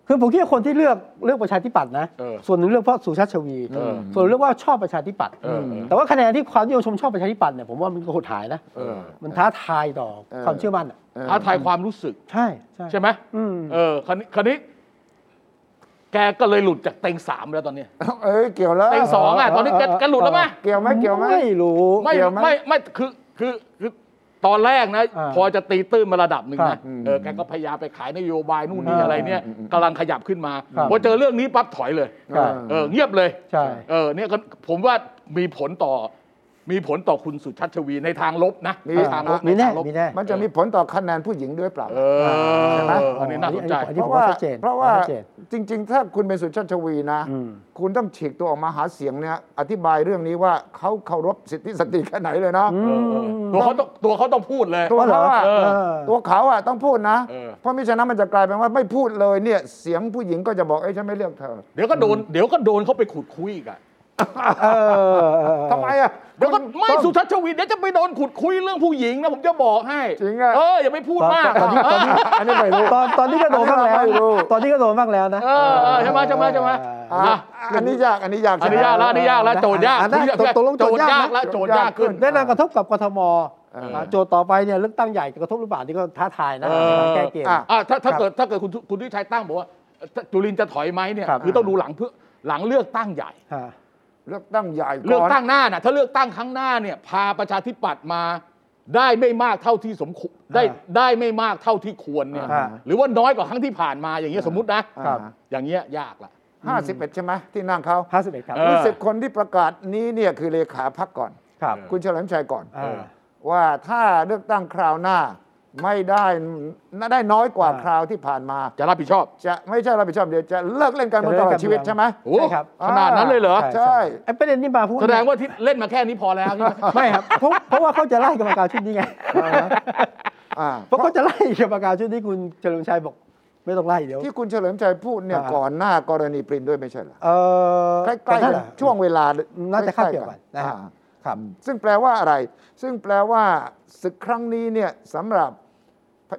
A: คือผมคิดว่าคนที่เลือกเลือกประชาธิปัตย์นะ
B: เออ
A: ส่วนหนึ่งเลือกเพราะสุชาติชวี
B: เออ
A: ส่วนหนึ่งเลือกว่าชอบประชาธิปัตย์
B: เออเออ
A: แต่ว่าคะแนนที่ความนิยมชมชอบประชาธิปัตย์เนี่ยผมว่ามันก็หดหายนะ
B: เออ
A: มันท้าทายต่อ
C: เออ
A: ความเชื่อมั่นอะ
C: เออ
B: ท้าทายความรู้สึก
A: ใช่ใช่
B: ใช่ไหม
A: อืม
B: เออคันนี้คันนี้ แกก็เลยหลุดจากเต็งสามแล้วตอนเนี้ย
C: เอ้ยเกี่ยวแล้ว
B: เต็งสองอ่ะตอนนี้แกแกหลุดแล้วไหม
C: เกี่ยวไหมเกี่ยวไหม
A: ไม่รู้
B: ไม่
C: เกี่ยวไหม
B: ไม่ไม่คือคือคือตอนแรกนะ
A: อ่า
B: พอจะตีตื้นมาระดับหนึ่ง
A: ครั
B: นะ
A: บ
B: เออแกก็พยายามไปขายนโยบายนู่นนี่
A: อ่า
B: อะไรเนี่ย
C: อืมอืม
B: กำลังขยับขึ้นมา
A: ครับ
B: พอเจอเรื่องนี้ปั๊บถอยเลย
A: ใช่
B: เออเงียบเลย
A: ใช่
B: เออเนี่ยก็ผมว่ามีผลต่อ มีผลต่อคุณสุชัชวีในทางลบนะ
C: มี
B: ในทางลบ
A: มีแน่
B: ใทางลบ
A: มีแน่
C: มันจะมีผลต่อคะแนนผู้หญิงด้วยเปล่า
B: เอ
C: ใช่ไหม
B: ออันนี้น่าสนใจ
A: อันนี้
C: เพ
A: ผม
C: ราะ
A: ว่า
C: ว่า
A: ชัดเจน
C: เพราะว่า
A: ชัดเจน
C: จริง ๆ ถ้าคุณเป็นสุชาติชวีนะ
A: อืม
C: คุณต้องฉีกตัวออกมาหาเสียงเนี่ยอธิบายเรื่องนี้ว่าเขาเคารพสิทธิสตรีแค่ไหนเลยนะ
A: อื
B: เอ
A: ม
B: อเออตัวเขาต้องตัวเขาต้องพูดเลย
C: ตัวเขาอะ
B: เออ
C: เออตัวเขาอะต้องพูดนะ
B: เออ
C: เพราะมิฉะนั้นมันจะกลายเป็นว่าไม่พูดเลยเนี่ย เสียงผู้หญิงก็จะบอกเอ้ยฉันไม่เลือกเธอ
B: เดี๋ยวก็โดนเดี๋ยวก็โดนเขาไปขุดคุยอีกัน
A: เออเออ
C: ทำไมอะ
B: เดี๋ยวก็ไม่
C: ต้อง
B: สุชัชวีเดี๋ยวจะไปโดนขุดคุยเรื่องผู้หญิงนะผมจะบอกให้
C: จริงอะ
B: เอออย่าไปพูดมาก
A: ตอนนี้ตอนนี้
C: อันนี้ไม่รู้
A: ตอนตอนนี้ก็โดนบ้างแล้ว
C: อันนี้เราไม่รู้
A: ตอนนี้ก็โดนบ้างแล้วนะ
B: เออเออใช่ไหมใช่ไหมใช่ไหม
A: อ่
C: อ่ะ
B: อ่ะ
C: อันนี้ยากอันนี้ยาก
B: อันนี้ยากละอันนี้ยากละโจทย์ยาก
A: อ่ะได้ตกลงโจ
B: โจ
A: ทย์
B: ท
A: ยาย
B: ย์าก ก
A: ไหม
B: ละโจทย์ยากขึ้น
A: แน่นอนกระทบกับกทม
B: เออ
A: โจทย์ต่อไปเนี่ยเลือกตั้งใหญ่กระทบหรือเปล่านี่ก็ท้าทายนะ
B: เออ
A: แก้เกม
C: อ่ะ
B: อ่ะถ้าถ้า
A: ครับ
B: เกิดถ้าเกิดคุณคุณทิชัยตั้งบอกว่าเอ่อจุลินทร์จะถอยไหมเนี่ย
A: ครับ
B: คือต้องดูหลังเพื่อหลังเลือกตั้งใหญ่
A: ะ
C: เลือกตั้งใหญ่
B: เลือก
C: ก่อน
B: ตั้งหน้าน่ะถ้าเลือกตั้งครั้งหน้าเนี่ยพาประชาธิปัตย์มาได้ไม่มากเท่าที่สมควรได้ได้ไม่มากเท่าที่ควรเนี่ย
C: อ่า
B: หรือว่าน้อยกว่าครั้งที่ผ่านมาอย่างเงี้ยสมมตินะ
C: ครับ
B: อย่างเงี้ยยากละ
C: ห้าสิบเอ็ดใช่ไหมที่นั่งเขา
A: ห้าสิบเอ็ดครับ
B: เออ
C: รู้สึกคนที่ประกาศนี้เนี่ยคือเลขาพักก่อน
A: ครับ
C: คุณเฉลิมชัยก่อน
A: อ่า
C: ว่าถ้าเลือกตั้งคราวหน้า ไม่ได้ได้น้อยกว่า
A: อ่า
C: คราวที่ผ่านมา
B: จะรับผิดชอบ
C: จะไม่ใช่รับผิดชอบเดี๋ยวจะเลิกเล่นการเมืองตลอดชีวิตใช่ไหม
B: โอ้โห
A: ใช่ครับ
B: ขนาดนั้นเลยเหรอ
C: ใช่
A: ไอ้ประเด็นนี้มาพูด
B: แสดงว่าที่เล่นมาแค่นี้พอแล้วใช่ไหม
A: ไม่ครับ เพราะเพราะว่าเขาจะไล่กรรมการชุดนี้ไง
C: อ่า
A: เพราะเขาจะไล่กรรมการชุดนี้คุณเฉลิมชัยบอก ไม่ต้องไล่เดี๋ยว
C: ที่คุณเฉลิมชัยพูดเนี่ย
A: อ่า
C: ก่อนหน้ากรณีปรินด้วยไม่ใช่เหรอ
A: เออ
C: ใกล้ๆกั
A: แต่
C: น
A: ถ้า
C: ช่วงเวลา
A: น่าจะคาบ
C: ใล้ๆ
A: เกี่ยวกันนะฮะ
C: อ่า
A: ครับ
C: ซึ่งแปลว่าอะไร ซึ่งแปลว่าศึกครั้งนี้เนี่ยสำหรับ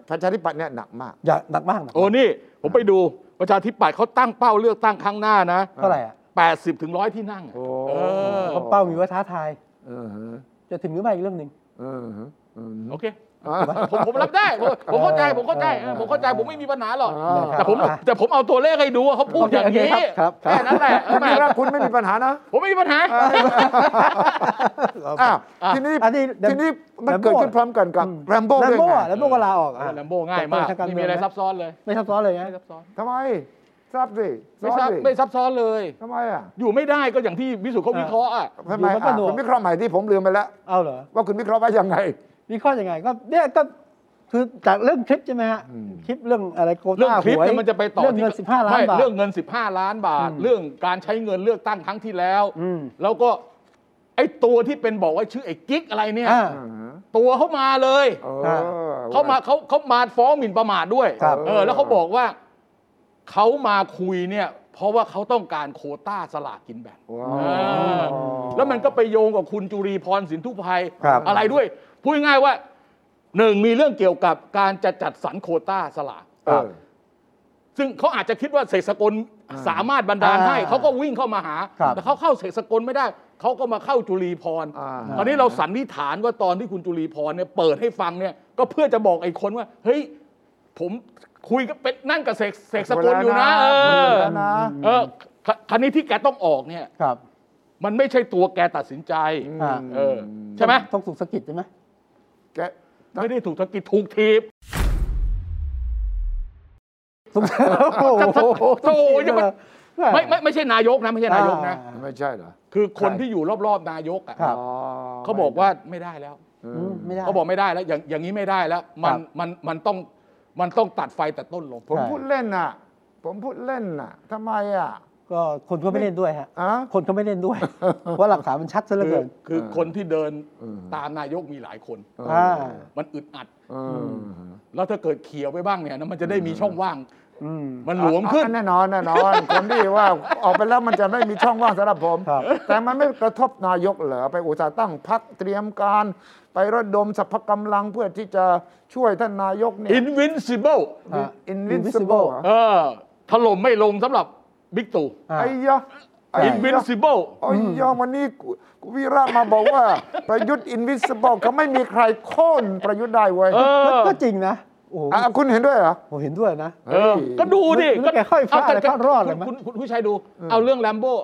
C: ประชาธิปัตย์เนี่ยหนักมาก
A: อย่าหนักมากนะ
B: โอ้นี่ ผมไปดูประชาธิปัตย์เขาตั้งเป้าเลือกตั้งครั้งหน้านะ
A: เท่าไหร่อ่ะ
B: 80ถึงร้อยที่นั่งอะ
C: โอ้
B: เออ
A: เขาเป้ามีว่าท้าทาย
C: เออฮะ
A: จะถึงหรือไม่อีกเรื่องหนึ่ง
C: เออฮะเออฮะ
B: โอเค ผมผมรับได้ผมผมเข้าใจผมเข้าใจเออผมเข้าใจผมไม่มีปัญหาหรอก
C: อ่า
B: แต่ผม
A: อ่า
B: แต่ผมเอาตัวเลขให้ดูว่าเขาพูดอย่างนี้
A: โอเคครับครับ
B: แค่ นั้นแหละเออ
C: คุณ
B: แม่
C: วิระ คุณไม่มีปัญหานะ
B: ผมไม่มีปัญหา
C: อ้าว
B: อ่ะ
C: ทีนี้
A: อันนี้
C: ทีนี้มัน
A: แรมโบ้
C: เกิดขึ้นพร้อมกันกับแรมโบ้
A: แลม
C: ด้วย
A: โบ้
C: ไง
A: อะแลมโบ้ก็ลาออกอะ
B: แลมโบ้ง่ายมาก
A: แต่คนทางการ
B: ไม่มีอะไร
A: เมืองนะ
B: ซับซ้อนเลย
A: ไม่ซับซ้อนเลยไง
B: ไม่ซับซ้อน
C: ทำไมทราบสิ
B: ไม่
C: ทรา
B: ซั
C: บบ สิ
B: ไม่ซับซ้อนเลย
C: ทำไมอ่ะ
B: อยู่ไม่ได้ก็อย่างที่วิสุทธ์เขาวิเคราะห์อ่ะ
C: ทำไม
A: อยู่มันก็
C: อ่ะ
A: หนวก
C: คุณวิเคราะห์ใหม่ที่ผมลืมไปแล้ว
A: เอาเหรอ
C: ว่าคุณวิเคราะห์ว่ายังไง
A: วิเคราะห์ยังไงก็เนี่ยก็คือจากเรื่องคลิปใช่ไหมฮะ
C: อืม
A: คลิปเรื่องอะไรโก
B: เรื่อง
A: ต้า
B: คลิป
A: หวย
B: เนี่ยมันจะไปต่อ
A: เรื่องเงิน
B: ที่
A: สิบห้าล้าน
B: ไม่
A: บาท
B: เรื่องเงิน 15 ล้านบาท
A: อืม
B: เรื่องการใช้เงินเลือกตั้งครั้งที่แล้ว
A: อืม
B: แล้วก็ไอ้ตัวที่เป็นบอกว่าชื่อไอ้กิ๊กอะไรเนี่ย
A: อ่า
C: อ่าฮะ
B: ตัวเขามาเลย
C: เออ
A: อ่า
B: เขามาเขาเขามาฟ้องหมิ่นประมาทด้วย
A: ครับ
B: เออแล้วเขาบอกว่าเขามาคุยเนี่ยเพราะว่าเขาต้องการโควต้าสลากกินแบ่ง
C: ว้าว
B: เออ แล้วมันก็ไปโยงกับคุณจุรีพรสินทุพย
A: ครับ
B: อะไรด้วยพูดง่ายๆว่าหนึ่งมีเรื่องเกี่ยวกับการจะจัดสรรโควต้าสลาก
C: เออ
B: ซึ่งเขาอาจจะคิดว่าเสกสกล
C: อ่า
B: สามารถบันดาลให้
A: อ่า
B: เขาก็วิ่งเข้ามาหา
A: ครับ
B: แต่เขาเข้าเสกสกลไม่ได้เขาก็มาเข้าจุรีพร
C: อ่า
B: ตอนนี้เราสันนิษฐานว่าตอนที่คุณจุลีพรเนี่ยเปิดให้ฟังเนี่ยก็เพื่อจะบอกไอ้คนว่า เฮ้ย ผมคุยกับเป็นนั่งกับเสกเสกสกลอยู่นะ เอ
C: ค
B: อ
C: นละนะ
B: เออคคันนี้ที่แกต้องออกเนี่ย
A: ครับ
B: มันไม่ใช่ตัวแกตัดสินใจ
A: อ่า
B: เออ ใช่ไหม
A: ต้องสุกสะกิดใช่ไหม
C: แก
B: ไม่ได้ถูกธกิจถูกทีบ
A: สงสัยโอ้โห
B: โอ้ยมันไม่ไม่ไม่ใช่นายกนะไม่ใช่นายกนะ
A: อ่า
C: ไม่ใช่เหรอ
B: คือคน
A: ใช่
B: ที่อยู่รอบๆนายกอ่ะ
A: ครับ
C: อ๋อ
B: เขาบอกว่าไม่ได้แล้ว
C: อื
A: อื
C: ม
A: มไม่ได้
B: เขาบอกไม่ได้แล้ว อย่างอย่างนี้ไม่ได้แล้ว มัน
A: ครับ
B: มันมันต้องมันต้องตัดไฟแต่ต้นลง
C: ผม
A: ใช่
C: พูดเล่นน่ะ ผมพูดเล่นน่ะทำไมอ่ะ
A: ก็คนก็ไม่เล่นด้วยฮะ
C: อ่ะ
A: คนก็ไม่เล่นด้วย ว่าหลักฐานมันชัดซะเหลือ
B: คือ
A: เกิน
B: คือคนที่เดิน
C: อืม
B: ตามนายกมีหลายคน
A: อ่า
B: มันอึดอัด
C: อืม
B: แล้วถ้าเกิดเขียวไปบ้างเนี่ยนะมันจะได้มีช่องว่าง
A: อืม
B: มันหลวมขึ้น
C: อ่ะแน่นอนแน่นอนคนที่ว่าออกไปแล้วมันจะไม่มีช่องว่างสำหรับผม
A: ครับ
C: แต่มันไม่กระทบนายกเหรอไปอุตสาห์ตั้งพักเตรียมการ ไประดมสรรพกำลังเพื่อที่จะช่วยท่านนายกเนี่ย
B: invincible
A: อ่า
C: invincible เหรอ
B: เออถล่มไม่ลงสำหรับบิ๊กตู่
A: อ่า
C: ไอ้ยะไอ้ยะ
B: invincible
C: ไอ้ยะวันนี้กูกูวีระมาบอกว่า ประยุทธ์ invincible เขาไม่มีใครโค่นประยุทธ์ได้เว้ย
B: เออ
A: ก็จริงนะ โอ้โห
C: อ่ะคุณเห็นด้วยเหรอ
A: ผมเห็นด้วยนะ
B: เออ ก็ดูดิ
A: แล้วแกค่อยฟาด
B: เ
A: แล้วก็รอดเลยมั้ย
B: คุณคุณคุณชัยดู เอาเรื่องแลมโบ้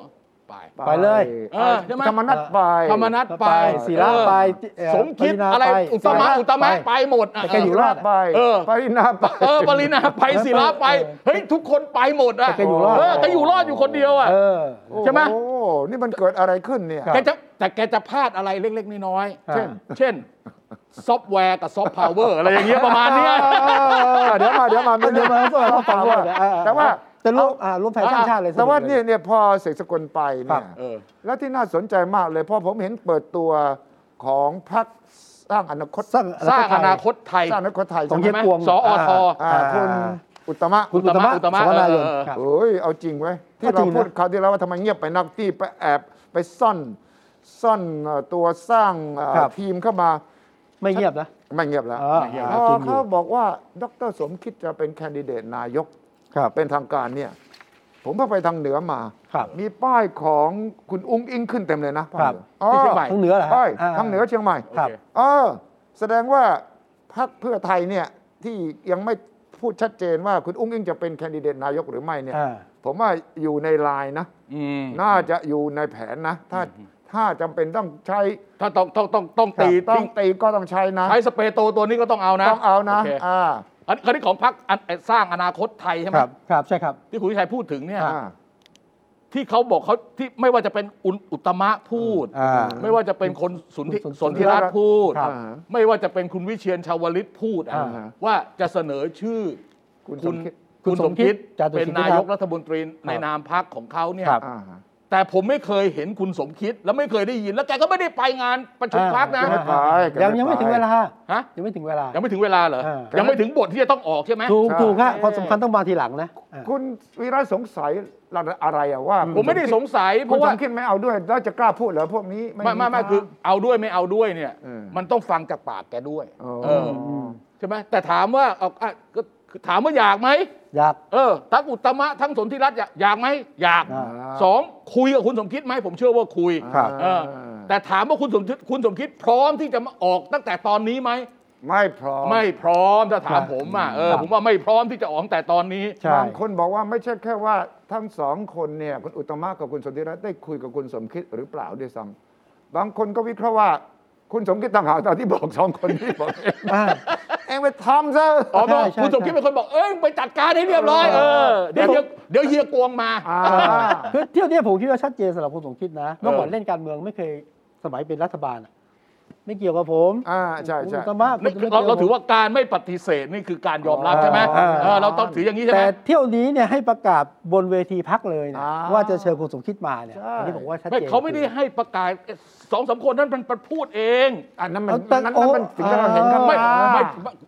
B: ไป
A: ไปเลย
B: เออใช่ไหม
C: ธรรมนัตไป
B: ธรรมนัตไป
A: ศิระ
B: เออ
A: ไปเอ่อ
B: สมคิด
A: ปรินา
B: อะไร
A: ไป
B: อุตมะ
A: ศิระ
B: อุตมะ
A: ไป
B: ไปหมดะ
A: แต่แกอยู่รอด
C: ไป
B: เออ
C: ปรินาไป
B: เออปรินาไปศิลาไป เฮ้ย ทุกคนไปหมดอ่ะ
A: แต่แกอยู่รอด
B: เแกอยู่รอดอยู่คนเดียวอ่ะ
A: เออ
B: ใช่ไหม
C: โอ้โนี่มันเกิดอะไรขึ้นเนี่ย
A: ครับ
B: แกจะแต่แกจะพลาดอะไรเล็ก ๆ น้อยๆ
A: เช่
B: เช่น
A: น
B: เช่น ซอฟต์แวร์กับซอฟต์พาวเวอร์อะไรอย่างเงี้ยประมาณเนี้ย
C: เดี๋ยวมาเดี๋ยวมา
A: เดี๋ยวมาเดี๋ยวมาฟังก่อนนะอ่า
C: แต่ว่า
A: แต่รวมอ่ารวมแผนสร้างชาติเลยสรุป
C: แต่ว่าเนี่ย
A: เลย
C: เนี่ยพอเสกสกลไป
A: ครั
C: เนี่
A: บ
C: ย
B: เออ
C: แล้วที่น่าสนใจมากเลยเพราะผมเห็นเปิดตัวของพรรคสร้างอนาคต
A: สร้าง
B: สร้างอนาคตไทย
C: สร้างอนาคตไทย
A: ของ
C: ใช่
A: เฮีย
C: ไหม
A: กวง
B: สออท
C: อ่าคุณอุตตมะ
A: คุณอุตมะ
B: อุตมะ
A: สวนายน
B: เออเออ
A: ครับ
C: โอ้ยเอาจริงไว้ยที่
A: เอาจ
C: เรา
A: ริงนะ
C: พูดคราวที่แล้วว่าทำไมเงียบไปนักที่ไปแอบไปซ่อนซ่อนเอ่อตัวสร้างเอ่อทีมเข้ามา
A: ไม่เงียบนะ
C: ไม่เงียบแล้ว
A: เออ
B: ไม่เงียบ
C: พ
A: หา
C: อ
A: กินอยู่
C: เขาบอกว่า ดรสมคิดจะเป็นแคนดิเดตนายก
A: ครับ
C: เป็นทางการเนี่ย ผมก็ไปทางเหนือมา
A: ครับ
C: มีป้ายของคุณอุ้งอิงขึ้นเต็มเลยนะ
A: ครับ
C: อ๋อ
B: ที่เชียงใหม่
A: ทางเหนือเหรอฮะ
C: ป้าย
A: อ่
C: ทางเหนือเชียงใหม่
A: ค
B: โอ
A: รับ
B: เค
C: เออแสดงว่าพรรคเพื่อไทยเนี่ยที่ยังไม่พูดชัดเจนว่าคุณอุ้งอิงจะเป็นแคนดิเดตนายกหรือไม่เนี่ย
A: อ่า
C: ผมว่าอยู่ในไลน์นะ
B: อืม
C: น่าจะอยู่ในแผนนะ ถ้าถ้าจำเป็นต้องใช้
B: ถ้าต้องต้องต้องต้องตี
C: ต้อ
B: ทิ้
C: ง
B: ง
C: ตีก็ต้องใช้นะ
B: ใช้สเปรย์โตตัวนี้ก็ต้องเอานะ
C: ต้องเอานะ
B: โค
C: อ่า
B: อันอันนี้ของพรรคอันสร้างอนาคตไทยใช่ไหม
A: ครับ ครับ ใช่ครับ
B: ที่คุณวิชัยพูดถึงเนี่ย
C: อ่า
B: ที่เขาบอกเขาที่ไม่ว่าจะเป็นอุนอุตตมะพูด
A: อ่า
B: ไม่ว่าจะเป็นคนสุนทิ
A: คุณ
B: ส
A: ส
B: น
A: นธิ
B: ธิรัตน์พูด
A: ครับ
B: ไม่ว่าจะเป็นคุณวิเชียนชาวลิตพูดอะ
A: อ่า
B: ว่าจะเสนอชื่อ
C: คุณสมคิด
B: คุณสมคิด
A: จาตุศรี
B: เป็น
A: พิทักษ์
B: นายกรัฐมนตรีในนามพรรคของเขาเนี่ย
A: ครับ
C: อ่า
B: แต่ผมไม่เคยเห็นคุณสมคิด แล้วไม่เคยได้ยิน แล้วแกก็ไม่ได้ไปงานประชุมพรรคนะ
A: อ่าอ่าอ่ายังยังไม่ถึงเวลา
B: ฮะ
A: ยังไม่ถึงเวลา
B: ยังไม่ถึงเวลาเหรอ
A: อ่ายั
B: ยังไม่ถึงบทที่จะต้องออกใช่ไหม
A: ถูกถูกฮะความสำคัญต้องมาทีหลังนะอ่า
C: คุณวีระสงสัยอะไรอะว่า
B: ผมไม่ได้สงสัยเพ
C: คุณ
B: ราะว่า
C: สมคิดไม่เอาด้วยแล้วจะกล้าพูดเหรอพวกนี้
B: ไม่ไม่ไม่คือเอาด้วยไม่เอาด้วยเนี่ย
C: เออ
B: มันต้องฟังจากปากแกด้วย
C: อ๋อ
B: เออใช่ไหมแต่ถามว่าเอาอ่ะก็คือถามว่าอยากไหม
A: อยาก
B: เออทั้งอุตมะทั้งสนธิรัตน์อยากอยากไหมอยาก
A: อ่า
B: สองคุยกับคุณสมคิดไหมผมเชื่อว่าคุย
A: ครับ
B: เออแต่ถามว่าคุณสมคิดคุณสมคิดพร้อมที่จะมาออกตั้งแต่ตอนนี้ไหม
C: ไม่พร้อม
B: ไม่พร้อมถ้าถาม
A: ครับ
B: ผมอ่ะเออ
A: ครับ
B: ผมว่าไม่พร้อมที่จะออกตั้งแต่ตอนนี้
A: ใช่
C: บางคนบอกว่าไม่ใช่แค่ว่าทั้งสองคนเนี่ยคุณอุตมะกับคุณสนธิรัตน์ได้คุยกับคุณสมคิดหรือเปล่าด้วยซ้ำบางคนก็วิเคราะห์ว่า คุณสมคิดต่างหากตอนที่บอกสองคนที่บอกเอง
A: อ่า
C: เองไปทำซะ
B: อ๋อ
A: ใช่ใช่
B: คุณสมคิดเป็นคนบอกเอ้ยไปจัดการให้เรียบร้อยเออเดี๋ยวเดี๋ยวเดี๋ยวเฮียกวงมา
C: อ่า
A: คือเที่ยวเนี้ยผมคิดว่าชัดเจนสำหรับคุณสมคิดนะ เมื่อก่อน
B: เออ
A: เล่นการเมืองไม่เคยสมัยเป็นรัฐบาลอะไม่เกี่ยวกับผม
C: อ่าใช่
A: คุณ
C: ใช่
A: อุตมะคุณ
B: นี่
A: จะไม่กี่ยวกับผม
B: เราเราถือว่าการไม่ปฏิเสธนี่คือการยอมรับใช่ไหม
A: อ่า
B: เออเราต้องถืออย่างนี้ใช่ไหม
A: แต่เที่ยวนี้เนี่ยให้ประกาศบนเวทีพักเลยนะ
C: อ่า
A: ว่าจะเชิญคุณสมคิดมาเนี่ย
C: ใช่
A: อันนี้ผมว่าชัด
B: ไม่
A: เจน
B: เขาไม่ได้ให้ประกาศสองสามคนนั้นมันพูดเอง
C: อันนั้นมัน
A: เอาแต่
C: นั้นนั้นมันสิ่งที่เราเห็นข้างห
B: ไม่
C: น้า
B: ไม่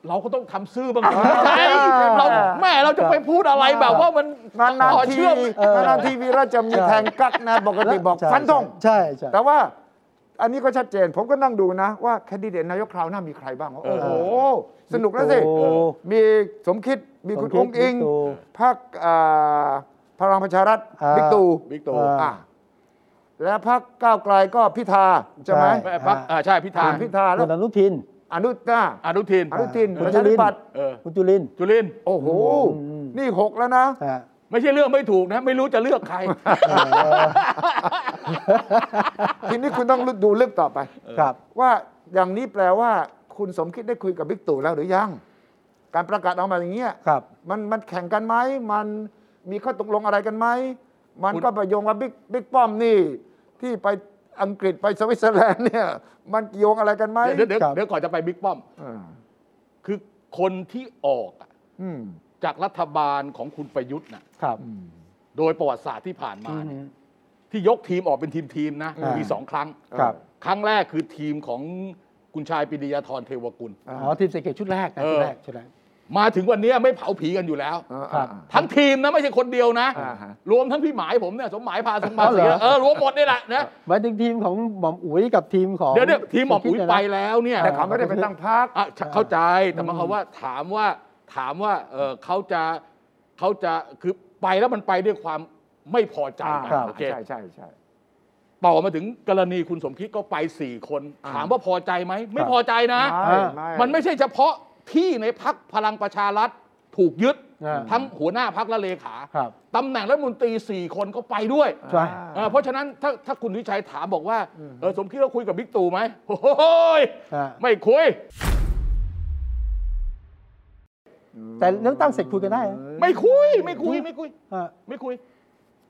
B: เราก็ต้องทำซื่อบ้างสิ
C: อ่า
B: เราแม่เราจะไปพูดอะไรแบบว่ามัน
C: นานนา
B: ต่อ
C: ที
B: เชื่อม
A: เออ
C: นานๆทีวีราชจะมีแทงกักนะปกติบอก
A: ใช่
C: ฟันธง
A: ใช่ใช่
C: แต่ว่าอันนี้ก็ชัดเจน ผมก็นั่งดูนะ ว่าแคนดิเดตนายกคราวหน้ามีใครบ้างวะ
B: เอ
C: โอ้
B: อ
C: โห สนุกแล้วสิ
A: โอ้โห
C: มีสมคิดมีคุณ
A: ส
C: อ
A: ม
C: ง
A: คิ
C: อิ
A: ด
C: ง
A: บิ๊กตู่
C: พรรคอ่าพลังประชารัฐ
A: อ่า
C: บิ๊กตู่
B: บิ๊กตู่
A: เอออ่
C: ะและพรรคก้าวไกลก็พิธาใช่ไหม
A: ใช่
B: แม่พักอ่าใช่พิธา
C: อ่าพิธาแล้
A: คุ
C: ว
A: ณอนุทิน
C: อนุตา
B: อนุทิน
C: อนุทิน
A: คุณ
C: ประ
A: จุ
C: ชา
A: ลิ
C: ธิ
A: น
C: ปัตย์
B: เออ
A: คุณจุลิน
B: จุลิน
C: โอ้โห
A: อืม
C: นี่หกแล้วนะ
A: อ่า
B: ไม่ใช่เลือกไม่ถูกนะ ไม่รู้จะเลือกใคร
C: ทีนี้คุณต้องดูลึกต่อไป
A: ครับ
C: ว่าอย่างนี้แปลว่า คุณสมคิดได้คุยกับบิ๊กตู่แล้วหรือยัง การประกาศออกมาอย่างเงี้ย
A: ครับ
C: มันมันแข่งกันไหมมันมีข้อตกลงอะไรกันไหมมัน
B: คุณ
C: ก็ไปโยงว่าบิ๊กบิ๊กป้อมนี่ ที่ไปอังกฤษไปสวิตเซอร์แลนด์เนี่ย มันโยงอะไรกันไหม
B: เดี๋ยวเดี๋ยว
A: ครับ
B: เดี๋ยวก่อนจะไปบิ๊กป้อม
C: อ่า
B: คือคนที่ออกอะ
C: อืม
B: จากรัฐบาลของคุณประยุทธ์น่ะ
A: ครับ
C: อืม
B: โดยประวัติศาสตร์ที่ผ่านมา
A: อื
B: เนี่ย
A: ม
B: ที่ยกทีมออกเป็นทีมๆนะ
A: อ่ามี
B: มีสองครั้ง
A: ครับ
B: ครั้งแรกคือทีมของคุณชายปิยาธรเทวกุล
C: อ่า
A: อ๋อทีมเศรษฐกิจชุดแรกนะ
B: เออ
A: ชุดแรกชุดแรก
B: มาถึงวันนี้ไม่เผาผีกันอยู่แล้ว
C: อ่า
A: ครับ
C: อ่า
B: ทั้งทีมนะไม่ใช่คนเดียวนะ
C: อ่าฮะ
B: รวมทั้งพี่หมายผมเนี่ยสมหมายพาสมบั
A: อ๋
B: ติ
A: อเหร
B: เสี
A: อ
B: ยเออรวมหมดนี่แหละนะ
A: หมายถึงทีมของหม่อมอุ๋ยกับทีมของ
B: เดี๋ยวเนี่ยทีมหมอมปุ๋ย
A: เศรษฐกิจ
B: ไป
A: เนี่ยนะ
B: แล้วเนี่ย
C: แต่เขาไม่ได้ไปตั้งพัก
B: อ่ะเข้าใจแต่หมายความว่าถามว่าถามว่าเอ่อเขาจะเขาจะคือไปแล้วมันไปด้วยความไม่พอใจกัน
A: ครับ
B: โอเค
C: ใช่ใช่ใช่
B: ต่อมาถึงกรณีคุณสมคิดก็ไปสี่คน
C: อ่า
B: ถามว่าพอใจไหม ไม่พอใจนะ
C: ไม่
B: มันไม่ใช่เฉพาะที่ในพักพลังประชารัฐถูกยึด
A: อ่า
B: ทั้งหัวหน้าพักและเลขา
A: ครับ
B: ตำแหน่งรัฐมนตรีสี่คนก็ไปด้วย
A: ใช่
B: เออเพราะฉะนั้นถ้าถ้าคุณวิชัยถามบอกว่าเออสมคิดเราคุยกับบิ๊กตู่ไหมโอ้ย
A: อ่า
B: ไม่คุย
A: แต่เรื่องตั้งเสร็จคุยกันได้นะ
B: ไม่คุยไม่คุยไม่คุย
A: อ่า
B: ไม่คุย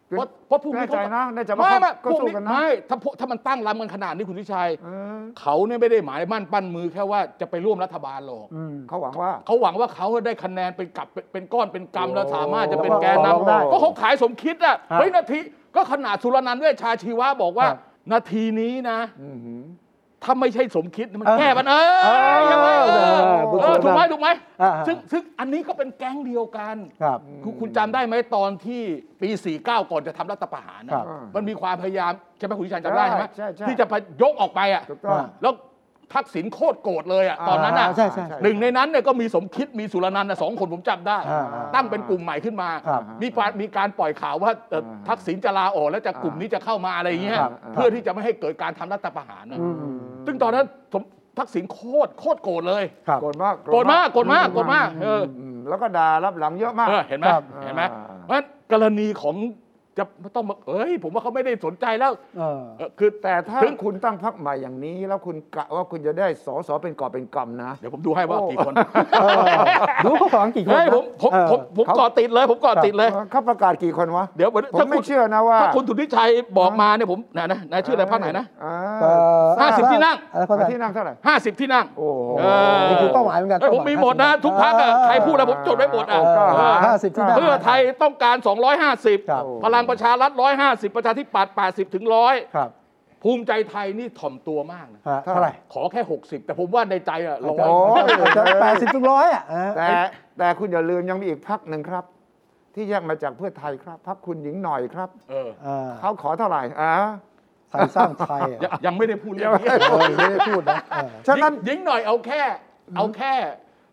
C: เป็น
B: เพราะเพราะพวก
C: แน่
B: นี้
C: ใจ
B: เขา
C: นะแน่ใจว่า
B: ไม่ไม่
C: เขา
B: พว
C: ก็
B: ก
C: สู้
B: นี้
C: กันนะ
B: ไม่ถ้าพวกถ้ามันตั้งรำกันขนาดนี้คุณวิชัย
C: เออ
B: เขาเนี่ยไม่ได้หมายมั่นปั้นมือแค่ว่าจะไปร่วมรัฐบาลหรอก
A: อืม
C: เขาหวังว่า
B: เขาหวังว่าเขาได้คะแนนเป็นกลับเป็นเป็นก้อนเป็นกำแล้ว
C: โอ้
B: สามารถจะเป็นแกน
A: แล้วก็
B: นำก็เขาขายสมคิดอ่ะ
A: ฮะ
B: เฮ้ยนาทีก็ขนาดสุรนันท์เวชชาชีวะบอกว่า
A: ครับ
B: นาทีนี้นะ
C: อือหือ
B: ถ้าไม่ใช่สมคิดมัน
A: เออ
B: แก้มันเอ
A: เอ
B: อ
A: อ
B: ยังไงเออ
C: เออ
B: เออถูกไหมถูกไหม
A: อ่าฮะ
B: ซึ่งซึ่งอันนี้ก็เป็นแก๊งเดียวกัน
A: ครับ
B: คุณคุณจำได้ไหมตอนที่ปี 49 ก่อนจะทำรัฐประหารนะครับ มันมีความพยายามใช่ไหมคุณชันจำได้ใช่ไหม
C: ใช่ใช่
B: ที่จะไปยกออกไปอ่ะ
C: ถูกต้อง
B: แล้วทักษิณโคตรโกรธเลยอ่ะตอนนั้นอ่ะ
A: ใช่ใช่
B: หนึ่งในนั้นเนี่ยก็มีสมคิดมีสุรนันท์นะสองคนผมจำได้
A: อ่า
B: ตั้งเป็นกลุ่มใหม่ขึ้นมา
A: ครับ
B: มีปามีการปล่อยข่าวว่าเอ่ออา ทักษิณจะลาออกแล้วจะกลุ่มนี้จะเข้ามาอะไรอย่างเงี้ย
A: ครับ
B: เพื่อที่จะไม่ให้เกิดการทำรัฐประหารนะ
A: อืมอืม
B: ซึ่งตอนนั้นสมทักษิณโคตรโคตรโกรธเลย
A: ครับ
C: โกรธมาก
B: โกรธมากโกรธมากโกรธมากเออ
C: อืมแล้วก็ด่ารับหลังเยอะมาก
B: เออเห็นไหม
A: ครับ
B: เห็นไหม
C: อ่า
B: เพราะฉะนั้นกรณีของจะไม่ต้องมาเอ้ย ผมว่าเขาไม่ได้สนใจแล้ว
A: เออ
B: เออคือแต่
C: แต่ถ้า
B: ถึง
C: คุณตั้งพักใหม่อย่างนี้ แล้วคุณกะว่าคุณจะได้สอสอเป็นกอบเป็นกำนะ
B: เดี๋ยวผมดูให้ว่ากี่คน
A: เออดูเขาสอนกี่คน
B: เฮ้ย
A: นะ
B: ผมผม
A: เออ
B: ผมผม
C: เขา
B: เกาะติดเลย ผมเกาะติดเลย
C: เขาประกาศกี่คนวะ
B: เดี๋ยว
C: ผม
B: ถ้าคุ
C: ไม่
B: ณ
C: เชื่อนะว่า
B: ถ้าคุณถุนทิชัยบอกมาเนี่ยผมนะนะนะชื่ออะไรพรรคไหนนะ
C: อ่า
A: เอ่อ
B: ห้าสิบที่นั่ง
A: อะไรคนไหน
C: ที่นั่งเท่าไหร่
B: 50 ที่นั่ง
C: โอ้โห
B: เ
A: นี่คือเป้าหมายเหมือนกัน
B: ฮ้ผมมีหมดนะ
A: เป้าหมาย
B: ทุกพักอะ
A: เออ
B: ใครพูดอะไรผมจดไว้หมดอะ
A: เออ
B: เออ
A: ห้าสิบที่นั่ง
B: เพื่อไทยต้องการ
A: ครับ
B: 250 พลังประชารัฐ150 ประชาธิปัตย์80ถึง
A: ครับ
B: 100 ภูมิใจไทยนี่ถ่อมตัวมากนะ
A: ฮะเท่าไหร่
B: ขอแค่ 60 แต่ผมว่าในใจอะร้อ
C: โ
B: ย
C: ย
A: จะแปดสิบถึงร้อยอ่ะเออ
C: แต่แต่คุณอย่าลืมยังมีอีกพักหนึ่งครับ ที่แยกมาจากเพื่อไทยครับพักคุณหญิงหน่อยครับ
B: เออ
A: เออ
C: เขาขอเท่าไหร่อ่า
A: ไทยสร้างไทย
B: ยัง
A: อ่ะ
B: ยังไม่ได้พูดเรื่องนี้
A: เออไม่ได้พูดนะเออ
C: ฉะนั้น
B: ยิงยิงหน่อยเอาแค่ เอาแค่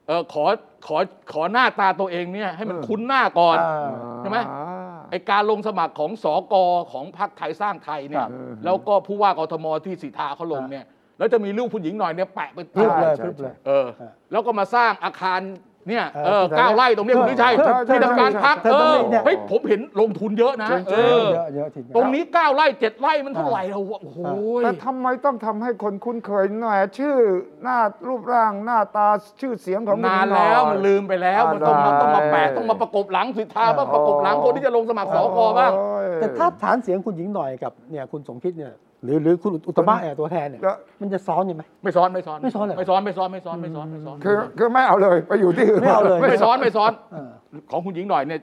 B: เออขอขอขอหน้าตาตัวเองเนี่ยให้มันคุ้นหน้าก่อน
A: อ่า
B: ใช่ไหม
C: อ่า
B: ไอการลงสมัครของสกของพรรคไทยสร้างไทย
A: ค
B: เนี่
A: รั
B: ย
A: บ
B: แล้วก็ผู้ว่ากทมที่สีทาเขาลงเนี่ยแล้วจะมีรูปผู้หญิงหน่อยเนี่ยแปะเป็น
A: พูด
C: ใช่
A: เลย
C: ใช่
A: พูดเลย
B: เออ แล้วก็มาสร้างอาคารเนี่ย
A: เออ
B: เออ
A: ที่ไหน
B: เก้าไร่ตรงเนี้ยคุณวิชัย
A: เออ
B: ที่ทำการพัก
A: ใช่
B: เอ
A: ใช่
B: อ
A: ใช่
B: เฮ้ยผมเห็นลงทุนเยอะนะเอ
A: เย
B: อ
A: อะเยอะทีเดียว
B: ตรงนี้9ไร่7ไร่มันเท่าไหร่เราโอ้โห
C: แต่ทำไมต้องทำให้คนคุ้นเคยหน่อยชื่อหน้ารูปร่างหน้าตาชื่อเสียงของคุณ
B: นาน
C: หอย
B: แล้วมันลืมไปแล้ว มันต้อง
C: ได้
B: มันต้องมาแปะต้องมาประกบหลังสิทธาบ้างประกบหลังคนที่จะลงสมัครสกบ้าง
C: โอ้ย
A: แต่ถ้าฐานเสียงคุณหญิงหน่อยกับเนี่ยคุณสมคิดเนี่ยหรือหรือคุณอุตตมะเนี่ยตัวแทนเนี่ย
C: แล้ว
A: มันจะซ้อนกันไหม
B: ไม่ซ้อนไม่ซ้อน
A: ไม่ซ้อนเหรอ
B: ไม่ซ้อนไม่ซ้อนไม่ซ้อนไม่ซ้อนไม่ซ้อน
C: คือคือไม่เอาเลยไปอยู่ที่อื่น
A: ไม่เอาเลย
B: ไม่ซ้อนไม่ซ้อน
A: เออ
B: ของคุณหญิงหน่อยเนี่ย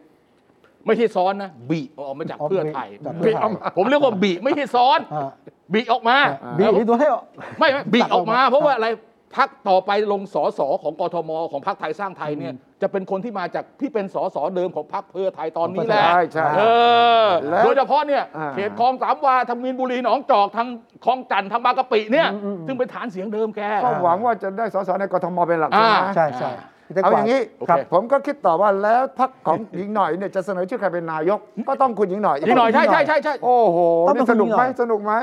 B: ไม่ใช่ซ้อนนะบีออกมาจาก
A: อ๋อ
B: เพื่อไทย
A: จากเพื่
B: บี
A: อไทย
B: ผมเรียกว่าบีไม่ใช่ซ้อน
A: อ่ะ
B: บีออกมา
A: บีบตัวให้ออก
B: ไม่ไม่บีออกมา
A: ตัดออกมา
B: เพราะว่าอะไรพักต่อไปลงสสของกทมของพักไทยสร้างไทยเนี่ยจะเป็นคนที่มาจากที่เป็นสสเดิมของพักเพื่อไทยตอนนี้แหละ
C: ใช่ใช่
B: เออ
C: แล้ว
B: โดยเฉพาะเนี่ย
C: อ่า
B: เขตคลองสามวาทางมีนบุรีหนองจอกทางคลองจันทน์ทางบางกะปิเนี่ย
A: อืมอืมอืม
B: ซึ่งเป็นฐานเสียงเดิมแก
C: ก็หวังว่าจะได้สสในกทมเป็นหลักใช่ไหม
B: อ่า
A: ใช่ใช่จะก
C: เอา
A: วด
C: อย่างนี้
B: โอเค
C: ครับผมก็คิดต่อว่าแล้วพรรคของหญิงหน่อยเนี่ยจะเสนอชื่อใครเป็นนายก ก็ต้องคุณหญิงหน่อย
B: อีกหน่อยใช่ใช่ใช่ใช่
C: โอ้โหนี่สนุกไหมสนุกไหม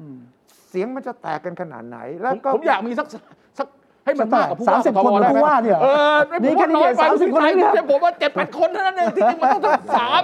A: อืม
C: เสียงมันจะแตกกันขนาดไหน
B: ผ
C: แล้ว
B: ม
C: ก็
B: ผมอยากมีสักสัก ให้มันมากกว่าผู้
A: สา
B: ว่า
A: มสิบ
B: กท
A: คนเหรอ
B: ได้ไหม
A: ผู้ว่าเนี่ย
B: เออไม่
A: มี
B: ผม
A: แค่นี้
B: ว่าน้อยไป
A: 30ค
B: คุณ
A: น
B: ชัย
A: เองเนี่ย
B: ผมว่าเจ็ดแปดคนเท่านั้นเองจริงๆมันต้องสักสาม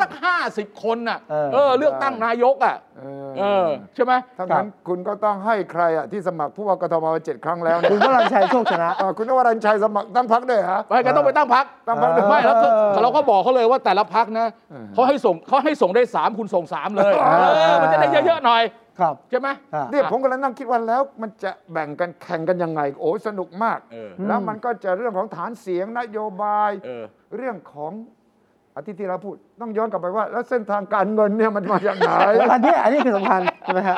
B: สักห้าสิบคนน่ะ
A: เออ
B: เออเลือกตั้งนายกอ่ะ
C: เออ
B: เออใช่ไหม
C: ถ้างั้นคุณก็ต้องให้ใครอะที่สมัครผู้ว่ากทมมาเจ็ดครั้งแล้วเนี่ย
A: คุณวรัญชัยโชคชนะ
C: อ่าคุณนวรัญชัยสมัครตั้งพักด้วยเหรอฮะ
B: ไม่ก็ต้องไปตั้งพัก
C: ตั้งพรรคด้วย
B: ไม่แล้วก็
A: เออ
B: เราก็บอกเขาเลยว่าแต่ละพักนะ
C: เออ
B: เขาให้ส่งเขาให้ส่งได้สามคุณส่งสามเลย
A: อ่า
B: เออมันจะได้เยอะๆหน่อย
A: ครับ
B: ใช่ไหม
A: อ่า
C: เนี่ยผมกำลังนั่งคิดว่าแล้วมันจะแบ่งกันแข่งกันยังไง โอ้ยสนุกมาก
B: เออ
C: แล้วมันก็จะเรื่องของฐานเสียงนโยบาย
B: เออ
C: เรื่องของอาทิตย์ที่เราพูด ต้องย้อนกลับไปว่า แล้วเส้นทางการเงินเนี่ยมันมาจากไหน
A: อันนี้อันนี้คือสำคัญใช่ไหมฮะ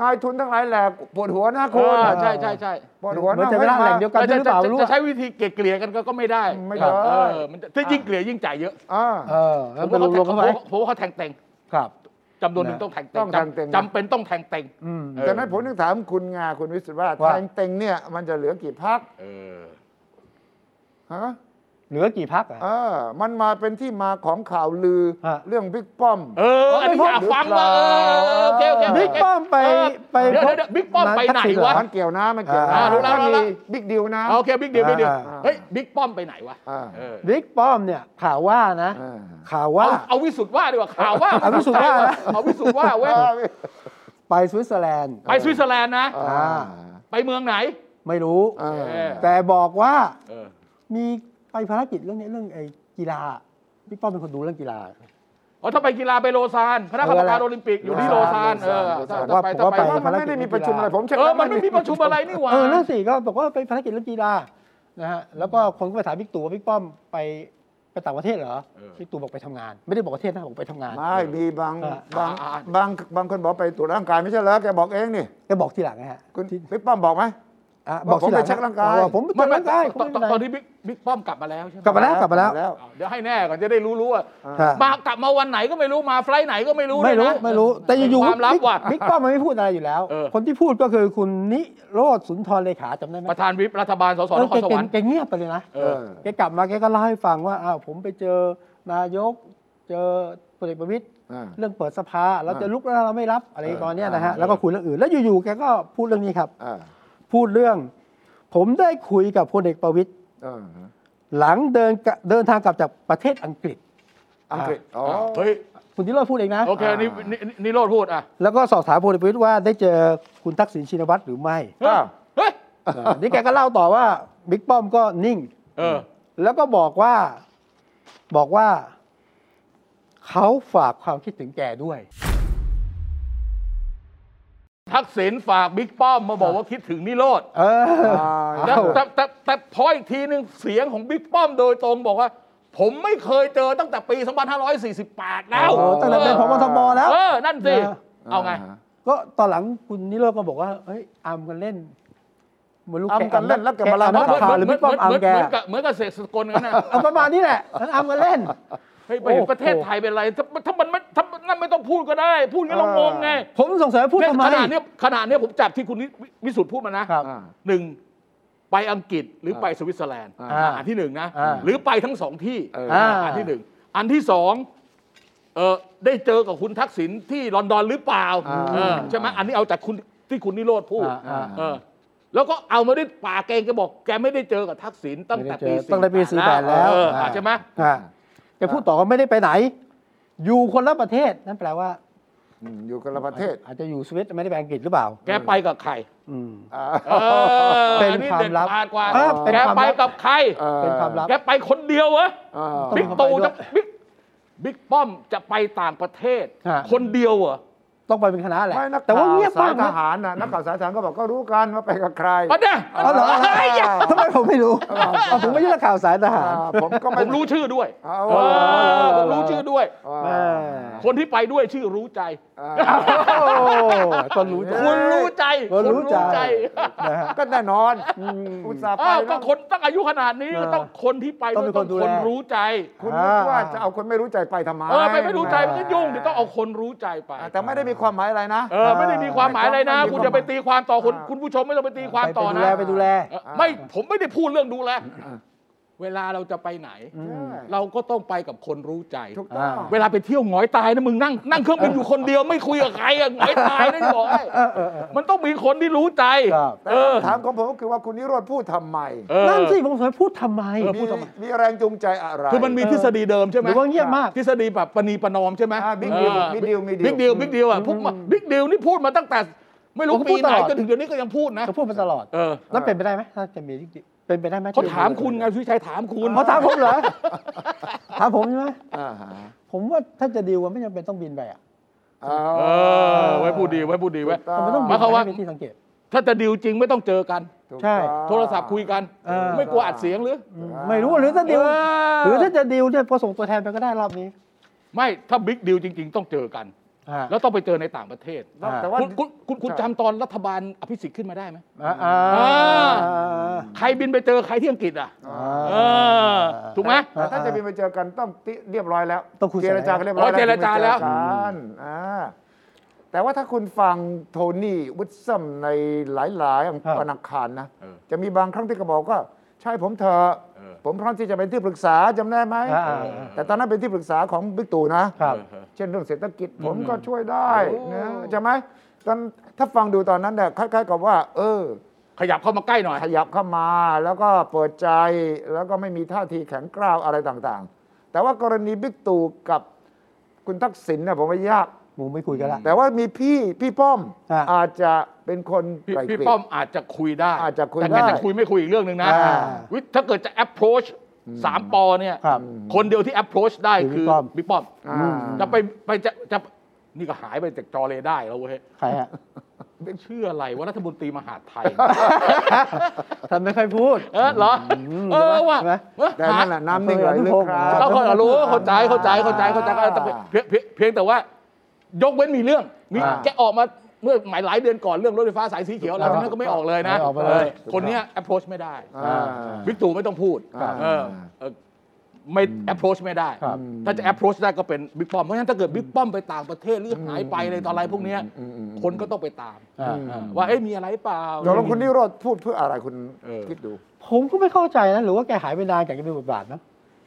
C: นายทุนทั้งหลายแหละปวดหัวนะคุณ
B: อ่าใช่ใช่ใช่
C: ปวดหัว
A: มัน
C: นะ
A: จะไม่ได้แหล่งเดียวกัน
B: จะ
A: ด้วยหรือเปล่าไม่รู้
B: จะ
A: อะ
B: ใช้วิธีเกลี่ยๆกันก็ก็ไม่ได้
C: ไม่
B: เอ
C: ได้
B: อมันจะถ้ายิ่งเกลี่ยยิ่งจ่ายเยอะ
C: อ่า
A: เออแล้ว
B: ผ
A: เป็น
B: มว่าร
A: วมๆเข้าไป
B: เขาผมว่าเขาแทงเต็ง
A: ครับ
B: จำนวนหนึ่ง
A: นะ
B: ต้องแทงเต็
C: ต้
B: ง
C: องแทงเต็ง
B: จำจำเป็นต้องแทงเต็ง
A: อืม
B: เออ
C: จากนั้นผมถึงถามคุณงาคุณวิศวะ
A: ว่า
C: ทางเต็งเนี่ยมันจะเหลือกี่พัก
B: เออ
C: ฮะ
A: เหลือกี่พักอ่ะ
C: เออมันมาเป็นที่มาของข่าวลือ
A: ฮะ
C: เรื่องบิ๊กป้อม
B: เอออันนี้อยากฟังว่าเออโอเคโอเคโเค
A: บิ๊กป้อมไป
B: เออ
A: ไป
B: เดี๋ยว
A: พบ
B: เดี๋ยวบิ๊กป้อมไปไหน
A: ทักษิณเหร
B: วะ
A: อ
C: มันเกี่ยวนะมันเกี่ยวนะ
A: อ่ารู้
B: แล้วรู้
C: มี
B: แล้ว
C: บิ๊กดิวนะ
B: โอเคบิ๊กเดียวบิ๊กเดียว
A: อ่า
B: เฮ้ยบิ๊กป้อมไปไหนวะ
C: อ่า
B: เออ
A: บิ๊กป้อมเนี่ยข่าวว่านะ
C: อ่า
A: ข่าว
B: เอา
A: ว่า
B: เอาวิสุทธ์ว่าดีกว่าข่าวว่า
A: เอาวิสุทธิ์ว่านะ
B: เอาวิสุทธ์ว่าเว้ย
A: ไปสวิตเซอร์แลนด์
B: ไปสวิตเซอร์แลนด์นะ
C: อ่า
B: ไปเมืองไหน
A: ไม่รู้
C: อ่า
B: เออ
A: แต่บอกว่า
B: เออ
A: มีไปภารกิจเรื่องนี้เรื่องไอ้กีฬาบิ๊กป้อมเป็นคนดูเรื่องกีฬา
B: อ๋อถ้าไปกีฬาไปโลซานคณะกรรมการโอลิมปิกอยู่ที่โลซานเออถ้าถ้าไปถ้าไป
A: ผม
C: ว่า
A: ว่า
C: มั
A: ภาน รกิจ
C: ไม่ได้มีประชุมอะไรผมเช็ค
B: เออ
C: แล้ว
B: มันไม่มีประชุมอะไรนี่หว่า
A: เออนั่นสิก็บอกว่าไปภารกิจเรื่องกีฬานะฮะแล้วก็คนก็ไปถามบิ๊กตู่ว่าบิ๊กป้อมไปไปต่างประเทศเหรอบิ๊กตู่บอกไปทำงาน ไม่ได้บอกประเทศนะบอกไปทำงาน
C: ไม่มีบาง
A: อ่า
C: บางบางบางคนบอกไปตรวจร่างกายไม่ใช่แล้วแกบอกเองนี่
A: ก็บอกทีหลังนะฮะ
C: คุณ
A: ที่
C: บิ๊กป้อมบอกไหม
A: ะ
C: บอกผมไปเช็คร่างกาย
A: บอกผมไปเช็
B: ไม่
A: ค
B: ไม่
A: ร่างกายผม
B: ต
A: ไม่
B: อนต
A: เป็นไร
B: อนตอนนี้บิ๊กบิ๊กป้อมกลับมาแล้วใช่ไหม
A: กลับมาแล้วกลับมาแล้ว
B: อ้าวเดี๋ยวให้แน่ก่อนจะได้รู้รู้ว่า
C: อ่าม
B: มากลับมาวันไหนก็ไม่รู้มาไฟล์ไหนก็ไม่รู้
A: ไม่
B: ด้วย
A: รู้
B: นะ
A: ไม่รู้ แต่อยู่
B: เป็
A: ๆ
B: นความลับ
A: บิ๊ก
B: ว่ะ
A: บิ๊กป้อมมันไม่พูดอะไรอยู่แล้ว
B: เออ
A: คนที่พูดก็คือคุณนิโรธสุนทรเลขาจำได้ไหม
B: ประธานวิปรัฐบาลสส
A: เอน อ
B: คร
A: แก
B: ส
A: เก่
B: วรง รค์
A: แกเงียบไปเลยนะ
B: เออ
A: แกกลับมาแกก็เล่าให้ฟังว่าอ้าวผมไปเจอนายก เจอพลเอกประวิตย
C: อ่า
A: เรื่องเปิดสภาเราจะลุกแล้วเราไม่รับอะไร
C: เออ
A: ตอนเนี้ยนะฮะ
C: เออ
A: แล้วก็คุยเรื่องอื่นแล้วอยู่ๆแกก็พูดเรื่องนี้ครับ
C: อ่า
A: พูดเรื่อง ผมได้คุยกับพลเอกประวิตย
C: อ่า
A: หลังเดินกะเดินทางกลับจากประเทศอังกฤษ
C: อังกฤษอ๋อ
B: เฮ้ย
A: คุณนิโรธพูดเองนะ
B: โอเคนี่นี่นี่โรดพูดอ่ะ
A: แล้วก็สอบถามพลเอกประวิตยว่าได้เจอคุณทักษิณชินวัตรหรือไม่
B: เฮ้ย
C: อ้าว
B: เฮ้ย
A: นี่แกก็เล่าต่อว่าบิ๊กป้อมก็นิ่ง
B: เออ
A: แล้วก็บอกว่าบอกว่าเขาฝากความคิดถึงแกด้วย
B: ทักษิณฝากบิ๊กป้อมมาบอกว่าคิดถึงนิโรธ
A: เออ
C: อ่า
B: แต่
A: อ้าว
B: แต่แต่แต่พออีกทีหนึ่งเสียงของบิ๊กป้อมโดยตรงบอกว่า ผมไม่เคยเจอตั้งแต่ปี 2548 แล้ว
A: โอ้ตั้งแต่เป็น
C: เออ
A: พบทบแล้ว
B: เออ นั่นสิ
A: นะ
B: เอาไง
A: ก็ตอนหลังคุณนิโรธก็บอกว่าเฮ้ยอัมกันเล่นเหมือนลูก
C: อำกันเล่นแล้วแกมาเล่า
A: นักข่าวหรือบิ๊กป้อมอัม
B: เหมืน
A: แก
B: เหมืนกับเหมือนกับเสกสกลกันนะ
A: เอาประมาณนี้แหละมันอัมกันเล่น
B: เฮ้ยไปเห็น
A: โอ้โห
B: ประเทศไทยเป็นไรถ้าถ้ามันไม่ถ้านั่นไม่ต้องพูดก็ได้ พูดก็ต้องงงไง
A: ผมสงสัยว่าพูด
B: เนี่ย
A: ทำไม
B: ขนาดเนี้ยขนาดเนี้ยผมจับที่คุณวิวิสุทธ์พูดมานะ
A: ครับ
C: อ่า
B: หนึ่งไปอังกฤษหรือ
C: เออ
B: ไปสวิตเซอร์แลนด์
C: อ่า
B: อาอันที่หนึ่งนะ
A: อ่า
B: หรือไปทั้งสองที่
C: เออ
A: อ่า
B: อันที่หนึ่งอันที่สองเออได้เจอกับคุณทักษิณที่ลอนดอนหรือเปล่า
C: อ่า
B: เออใช่ไหมอันนี้เอาจากคุณที่คุณนิโรธพูด
A: อ่าอ่า
B: เออแล้วก็เอามาด้วยปากแกงแกบอกแกไม่ได้เจอกับทักษิณตั้งแต่ปี
A: ตั้งแต่ปีสี่แปดแล้ว
B: เอออ่าใช่ไหม
A: อ่าแกพูดต่อว่าไม่ได้ไปไหน อยู่คนละประเทศนั่นแปลว่า
C: อืมอยู่คนละประเทศ
A: อาจจะอยู่สวิตไม่ได้ไปอังกฤษหรือเปล่า
B: แกไปกับใคร
A: อืม
C: อ่า
B: เออ
A: เป็น
B: อัด็ด
A: ความลับ
B: ขดกว่า
A: เออเป็น
B: แก
A: ความลับ
B: ไปกับใคร
C: เออ
A: เป็นความลับ
B: แกไปคนเดียวเหรอ
C: อ่า
A: บิ๊
B: บิ๊ก
A: ก
B: ตู่
A: ต้
B: จะ
A: องไปด้วย
B: บิ๊กบิ๊กป้อมจะไปต่างประเทศ
A: ฮะ
B: คนเดียวเหรอ
A: ต้องไปเป็นคณะแหละ
C: ไม่นัก
A: แต่ว่า
C: ข่าว
A: เงีย
C: สา
A: บา
C: ม
A: ย ก
C: ท
A: นะ
C: หารน่ะนักข่าวสายทหารก็บอกก็รู้กันว่าไปกับใคร
B: อ๋อเนี่ย
A: อ๋อเหรอ
C: เออ
A: ไอ้ยะทำไมผมไม่รู้อ๋อผมไม่ใช่นักข่าวสายทหาร
C: อ่าผมก็
B: ผ
C: ไม่
B: มรู้ชื่อด้วย
C: อ๋อ
B: เออผมรู้ชื่อด้วย
C: อ่า
A: แม่
B: คนที่ไปด้วยชื่อรู้ใจ
C: อ่า
A: โอ้ก็รู้จัก
B: คุณรู้ใจ
A: คนรู้ใจ นะฮะ
C: ก็แน่นอน อุตส่าห์ไป
B: อ้าว
C: แล้
B: ก็
C: ว
B: คนตั้งอายุขนาดนี้
A: เออ
B: ต้องคนที่ไปด้วย
A: ต้
B: ต้
A: อ
B: อง ง
A: เป็นค
B: ค
A: น นดูแล
B: รู้ใจ
C: คุณนึกว่าจะเอาคนไม่รู้ใจไปทำไม
B: เออไปไม่รู้ใจมันก็ยุ่งเดี๋ยวต้องเอาคนรู้ใจไป
C: แต่ไม่ได้มีความหมายอะไรนะ
B: เออไม่ได้มีความหมายอะไรนะ
C: ไม่ต้อง
B: คุณจะไปตีความต่อคุณ
C: อ่า
B: คุณผู้ชมไม่ต้องไปตีความ
A: ไป
B: ต่อ
A: ดู
B: นะ
A: แลไปดูแล
B: เออไม่ผมไม่ได้พูดเรื่องดูแล เวลาเราจะไปไหน
A: อืม
C: ใช่
B: เราก็ต้องไปกับคนรู้ใจ
C: ถูกต้อง
B: เวลาไปเที่ยวหงอยตายนะมึงนั่งนั่งเครื่องบินอยู่คนเดียวไม่คุยกับใครอะหงอยตายนะจะบอกให้
A: เออเออเออ
B: มันต้องมีคนที่รู้ใจ
A: ครับ
C: แต่
B: เออ
C: คำถามของผมก็คือว่าคุณนิโรธพูดทำไม
B: เออ
A: นั่นสิผมสวยพูดทำไม
B: เออ พูดทำไม
C: มีแรงจูงใจอะไร
B: คือมันมีทฤษฎีเดิมใช่ไหม
A: หรือว่าเงียบมาก
B: ทฤษฎีแบบปณีประนอมใช่ไหม
C: อ่า big deal big deal big deal
B: บิ๊กดิวบิ๊กดิวอ่ะพวกมาบิ๊กดิวนี่พูดมาตั้งแต่ ไม่รู้
A: ผมก็พู
B: ปี
A: ดต
B: ไหน
A: ลอด
B: จนถึงเดี๋ยวนี้ก็ยังพูดนะ
A: ก็พูดมาตลอด
B: เออ
A: แล้วเป็นไปได้ไหมถ้าจะมีเป็นไปได้ไหม
B: เขาถามคุณไงสุวิชัยถามคุณ
A: เขาถามผมเหรอถามผมใช่ไหม
C: อ่าฮะ
A: ผมว่าถ้าจะดีลกันไม่จำเป็นต้องบินไปอ่ะ
C: เอา
B: เออ ไว้พูดดีไว้พูดดีไว้
C: ถูกต้อ
A: ทำไมต้องบิน
B: หมายความ
C: ง
B: ว่า
A: ไปเป็นที่สังเกต
B: ถ้าจะดีลจริงไม่ต้องเจอกัน
C: ถูก
A: ใช่
C: ต้อง
B: โทรศัพท์คุยกัน
A: เออ
B: ไม่กลัวอัดเสียงหรือ
A: อืมไม่รู้หรือถ้าดีล
B: เออ
A: หรือถ้าจะดีลเนี่ยก็ส่งตัวแทนไปก็ได้รอบนี้
B: ไม่ถ้าบิ๊กดีลจริง ๆ ต้องเจอกัน
A: อ่า
B: แล้วต้องไปเจอในต่างประเทศ
A: อ่า
C: แต่ว่า
B: คุณคุณคุณคุณ
C: ใช่
B: จำตอนรัฐบาลอภิสิทธิ์ขึ้นมาได้ไหม
A: อ่าอ่า
B: อ่า
A: อ่า
B: ใครบินไปเจอใครที่อังกฤษอ่ะ
C: อ่า
B: เออ ถูกไหม
C: แต่ถ้าจะมีไปเจอกันต้องติเรียบร้อยแล้ว
A: ต้องคุย
C: เจรจากันเรียบร้อย
B: อ๋อเจรจาแล้ว
C: ถึงจะเจอกันอ่าแต่ว่าถ้าคุณฟังโทนี่วุฒซัมในหลายๆอัง
A: ครับ
C: ธนาคารนะ
B: เออ
C: จะมีบางครั้งที่กระบอกว่าใช่ผมเธอะ
B: เออ
C: ผมพร้อมที่จะเป็นที่ปรึกษาจำได้ไหม
A: อ่าอ่า
C: แต่ตอนนั้นเป็นที่ปรึกษาของบิ๊กตู่นะ
A: ครับ
C: เช่นเรื่องเศรษฐกิจผมก็ช่วยได้นะ
B: โอ้
C: ใช่ไหมตอนถ้าฟังดูตอนนั้นเนี่ยคล้ายๆกับว่า เออ
B: ขยับเข้ามาใกล้หน่อย
C: ขยับเข้ามาแล้วก็เปิดใจแล้วก็ไม่มีท่าทีแข็งกร้าวอะไรต่างๆ แต่ว่ากรณีบิ๊กตู่กับคุณทักษิณเนี่ยผมว่ายาก
A: มึงไม่คุยกันละ
C: แต่ว่ามีพี่พี่ป้อม
A: อ่ะ
C: อาจจะเป็นคน
B: พี่
C: ไกลเก
B: พี่
C: ลี่
B: ป้อย มอาจจะคุยได้
C: อาจจะคุย
B: แต่แค่
C: ได้
B: จะคุยไม่คุยอีกเรื่องหนึ่งนะ
A: อ่า
B: วิถ้าเกิดจะ approach สามปอเนี่ย
A: ครับ
B: คนเดียวที่ approach ได้
A: คื
B: คืออ
A: พี่ป้อม
B: บิ๊กป้อม
C: อ่า
B: จะไปไปจะจะนี่ก็หายไปจากจอเลยได้แล้วเว้ย
A: ใครฮะ
B: เชื่ออะไรว่ารัฐมนตรีมหาดไทย
A: ท่านไม่ค่อยพูด
B: เออเหรอเออว่ะ
A: ใช่ไหม
B: เออ
C: แต่
B: หา
C: นั่นแหละน้ำนิ่งไหลลึกครั
B: เขา
C: บ
B: ก็รู้เข้าใจเข้าใจเข้าใจเข้าใจเข้าใจเพียงเพียงเพียงแต่ว่ายกเว้นมีเรื่องมี
C: อ่า
B: แกออกมาเมื่อหมายหลายเดือนก่อนเรื่องรถไฟฟ้าสายสีเขียวหลังจากนั้นก็ไม่ออกเลยนะ
A: ไม่ออกไปเลย
B: ออคนเนี้ย approach ไม่ได้
C: อ่า
B: บิ๊กตู่ไม่ต้องพูด
C: ครับ
B: เออเออไม่ approach ไม่ได้
A: ครับ
B: ถ้าจะ approach ได้ก็เป็นบิ๊กป้อม เพราะฉะนั้นถ้าเกิดบิ๊กป้อมไปต่างประเทศหรือหายไปอะไรต่ออะไรพวกเนี้ยคนก็ต้องไปตาม
A: อ่า
B: เออว่าเอ๊ะมีอะไรเปล่า
C: ตกลงคุณนิโรธพูดเพื่ออะไรคุณ
B: เออ
C: คิดดู
A: ผมก็ไม่เข้าใจนะหรือว่าแกหายไปนานจากการมีบทบาทนะ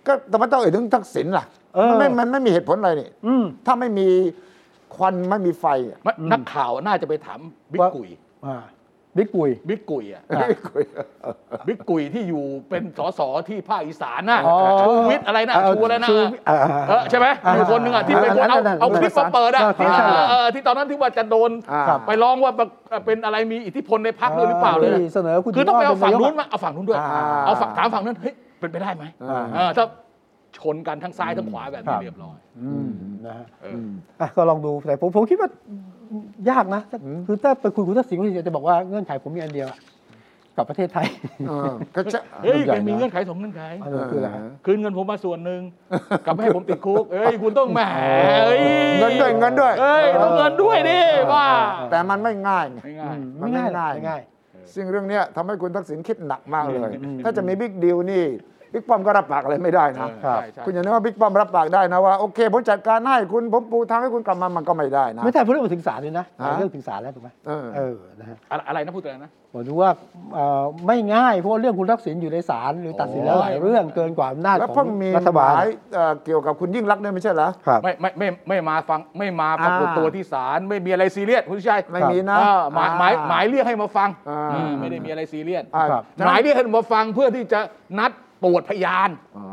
C: ก็แต่มันต้องเอ่ยถึงทักษิณล่ะ
A: เออ
C: มันไม่มันไม่มีเหตุผลอะไรนี่
A: อืม
C: ถ้าไม่มีควันไม่มีไฟอะ
B: มันนักข่าวน่าจะไปถามบิ๊ก
A: ว่า
B: กุย
A: อ่าบิ๊กกุย
B: บิ๊กกุยอ่ะ บิ๊กกุยที่อยู่เป็น สสที่ภาคอีสานน่ะ
A: อ๋อ
B: ชูวิทย์อะไรนะ
A: เออ
B: ชูอะไรนะ
A: ชูวิทย์อ่า
B: เออใช่ไหม
A: อ่า
B: อยู่คนหนึ่งอ่ะที่ไปคนเอา
A: นั่นๆ
B: เอาคลิปมาเปิดอ่ะ
A: ใช่
B: ที่
A: ใช่
B: เออที่ตอนนั้นที่ว่าจะโดน
C: อ่า
B: ไปร้องว่าเป็นอะไรมีอิทธิพลในพรรคด้วยหรือเปล่าเลยนะ
A: ที่เสนอคุณ
B: คือต้องไปเอาฝั่ง
A: ยกะ
B: นู้นมาเอาฝั่งนู้นด้วย
A: อ่า
B: เอาฝั่งถามฝั่งนั้นเฮ้ยเป็นไปได้ไหม
C: อ่า
B: เออถ้าชนกันทั้งซ้ายทั้งขวาแบบนี้เรียบร้อย
A: อืมนะฮะ
B: เออ
A: อ่ะก็ลองดูแต่ผมผมคิดว่ายากนะถ้าคือถ้าไปคุยคุณทักษิณคุณทักษิณจะบอกว่าเงื่อนไขผมมีอันเดียวอะกลับประเทศไทย
C: เออก็จะ
B: เฮ้ย
A: ใหญ่
B: แกมี
A: นะ
B: เงื่อนไขสองเงื่อนไข
A: อันนั้นคืออะไรฮะ
B: คืนเงินผมมาส่วนหนึ่งกลับไม่ให้ผมติดคุก เอ้ยคุณต้องแหมเอ้ย
C: เงินด้วยเงินด้วย
B: เอ้ยต้องเงินด้วยดิว่า
C: แต่มันไม่ง่ายไง
B: ไม่ง่าย
A: ไม่ง่ายหรอก
C: มันไม่
A: ไม่
C: ง่า
A: ง่าย ย
C: ซึ่งเรื่องเนี้ยทำให้คุณทักษิณคิดหนักมากเลย ถ้าจะมีบิ๊กดีลนี่บิ๊กป้อมก็รับปากอะไรไม่ได้นะ
B: เออใช่ใช่
C: คุณอย่านึกว่าบิ๊กป้อมรับปากได้นะว่าโอเคผมจัดการให้คุณผมปูทางให้คุณกลับมามันก็ไม่ได้นะ
A: ไม่ใช่เพราะเรื่องถึงศาลเลยนะ
C: ฮะ
A: เรื่องถึงศาลแล้วถูกไหม
C: เออ
A: เออนะฮะ
B: อะไรอะไรนะพูดอะไรนะ
A: ผมถึงว่าเอ่อไม่ง่ายเพราะว่าเรื่องคุณทักษิณอยู่ในศาลหรือตัดสินแล้วหลายเรื่องเกินกว่าอำนาจ
C: แล้ว
A: ข
C: เพิ่
A: อง
C: งมี
A: รัฐ
C: ห
A: บาล
C: มายเอ่อเกี่ยวกับคุณยิ่งรักษณ์ด้วยไม่ใช่เหรอ
A: ครับ
B: ไม่ไม่ไม่ไม่มาฟังไม่มาปรากฏ
C: อ่า
B: ตัวที่ศาลไม่มีอะไรซีเรียสคุณชัย
C: ไม่มีนะ
B: อ่าหมายหมาย
C: อ่
B: หมายเรียกให้มาฟัง
C: อ่า
B: อืมไม่ได้มีอะไรซีเรียส
C: อ่า
A: ครับ
B: หมายเรียกให้มาฟังเพื่อที่จะนัดตรวจพยาน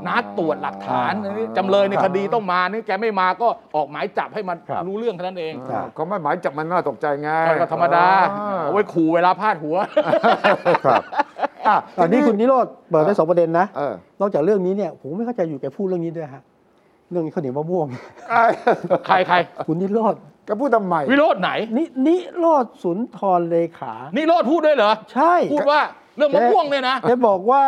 B: นัดตรวจหลักฐาน
C: อ่า
B: อันนี้จำเลยในคดีต้องมานี่แกไม่มาก็ออกหมายจับให้มัน
A: ครับ
B: รู้เรื่องเท่านั้นเอง
C: อ่าเขาไม่หมายจับมันน่าตกใจไง
B: ก็ธรรมดา
C: อ่
B: เอาไว้ขู่เวลาพลาดหัว
A: ครับ
C: อ่ะ
A: อันนี้คุณนิโรธเปิดได้สองประเด็นนะ
C: เออน
A: อกจากเรื่องนี้เนี่ยผมไม่เข้าใจอยู่แกพูดเรื่องนี้ด้วยฮะเรื่องข้าวเหนียวมะม่ วง
C: อ่ะ
B: ใครใคร
A: คุณนิโรธ
C: ก็พูดทำไม
B: วิโรธไหน
A: นินิโรธสุนทรเลขา
B: นี่โรธพูดด้วยเหรอ
A: ใช่
B: พูดว่าเรื่องมะม่วงเนี่ยนะ
A: แกบอกว่า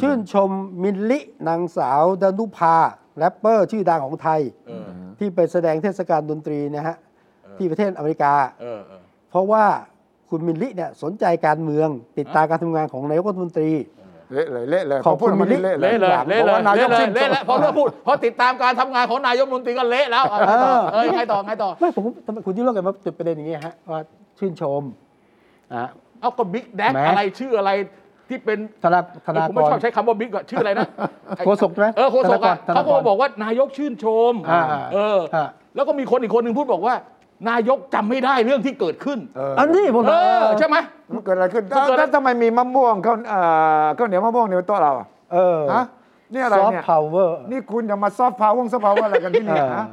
A: ชื่นชมมิลลินางสาวดนุภาแรปเปอร์ชื่อดังของไทย
B: เออ
A: ที่ไปแสดงเทศกาลดนตรีนะฮะ
B: ออ
A: ที่ประเทศอเมริกา
B: เออเออ
A: เพราะว่าคุณมินลิเนี่ยสนใจการเมืองติดตามการทำงานของนายกรัฐมนตรี
C: เละเลยเละเลย
A: ขอบคุณ
C: พพูดมานี่
A: มิลลิ
C: เละเลย
B: เละเลยเละเลย
C: พราะว่านาย
B: เละ
C: ก
B: เลย
C: สิ้น
B: เละเลยเพราะเรื่องพูดเพราะติดตามการทำงานของนายกรัฐมนตรีก็เละแล้วเอา
A: เออ
B: เออยังไงต่อไงต่อ
A: ไม่ผมทำไมคุณที่เล่ากันมาจุดประเด็นอย่างเงี้ยฮะว่าชื่นชมอ่ะ
B: เอาก็บิ๊กแดก
A: แหม
B: อะไรชื่ออะไร ที่เป็น
A: ธนธนากร
B: ผมไม่ชอบใช้คำว่าบิ๊กอะชื่ออะไรนะไอ้
A: โฆษกใช่ไหม
B: เออโฆษกอะ
A: ธนากร
B: เขาก็มาบอกว่านายกชื่นชม
A: อ่า
B: เออ
A: ฮะ
B: แล้วก็มีคนอีกคนหนึ่งพูดบอกว่า นายกจำไม่ได้เรื่องที่เกิดขึ้น
C: เอออ
A: อันนี้ผม
B: เออใช่ไหม
C: มันเกิดอะไรขึ้น
B: มันเกิดอะไร
C: แล้วทำไมมีมะม่วงข้าวเอ่อข้าวเหนียวมะม่วงในโต๊ะเราอะ
A: เออ
C: ฮะนี่อะไร
A: ซอฟ
C: เนี่ย
A: ต์พาวเวอร์
C: นี่คุณอย่ามาซอฟต์พาวเวอร์ซอฟต์พาวเวอร์อะไรกันที่นี่นะ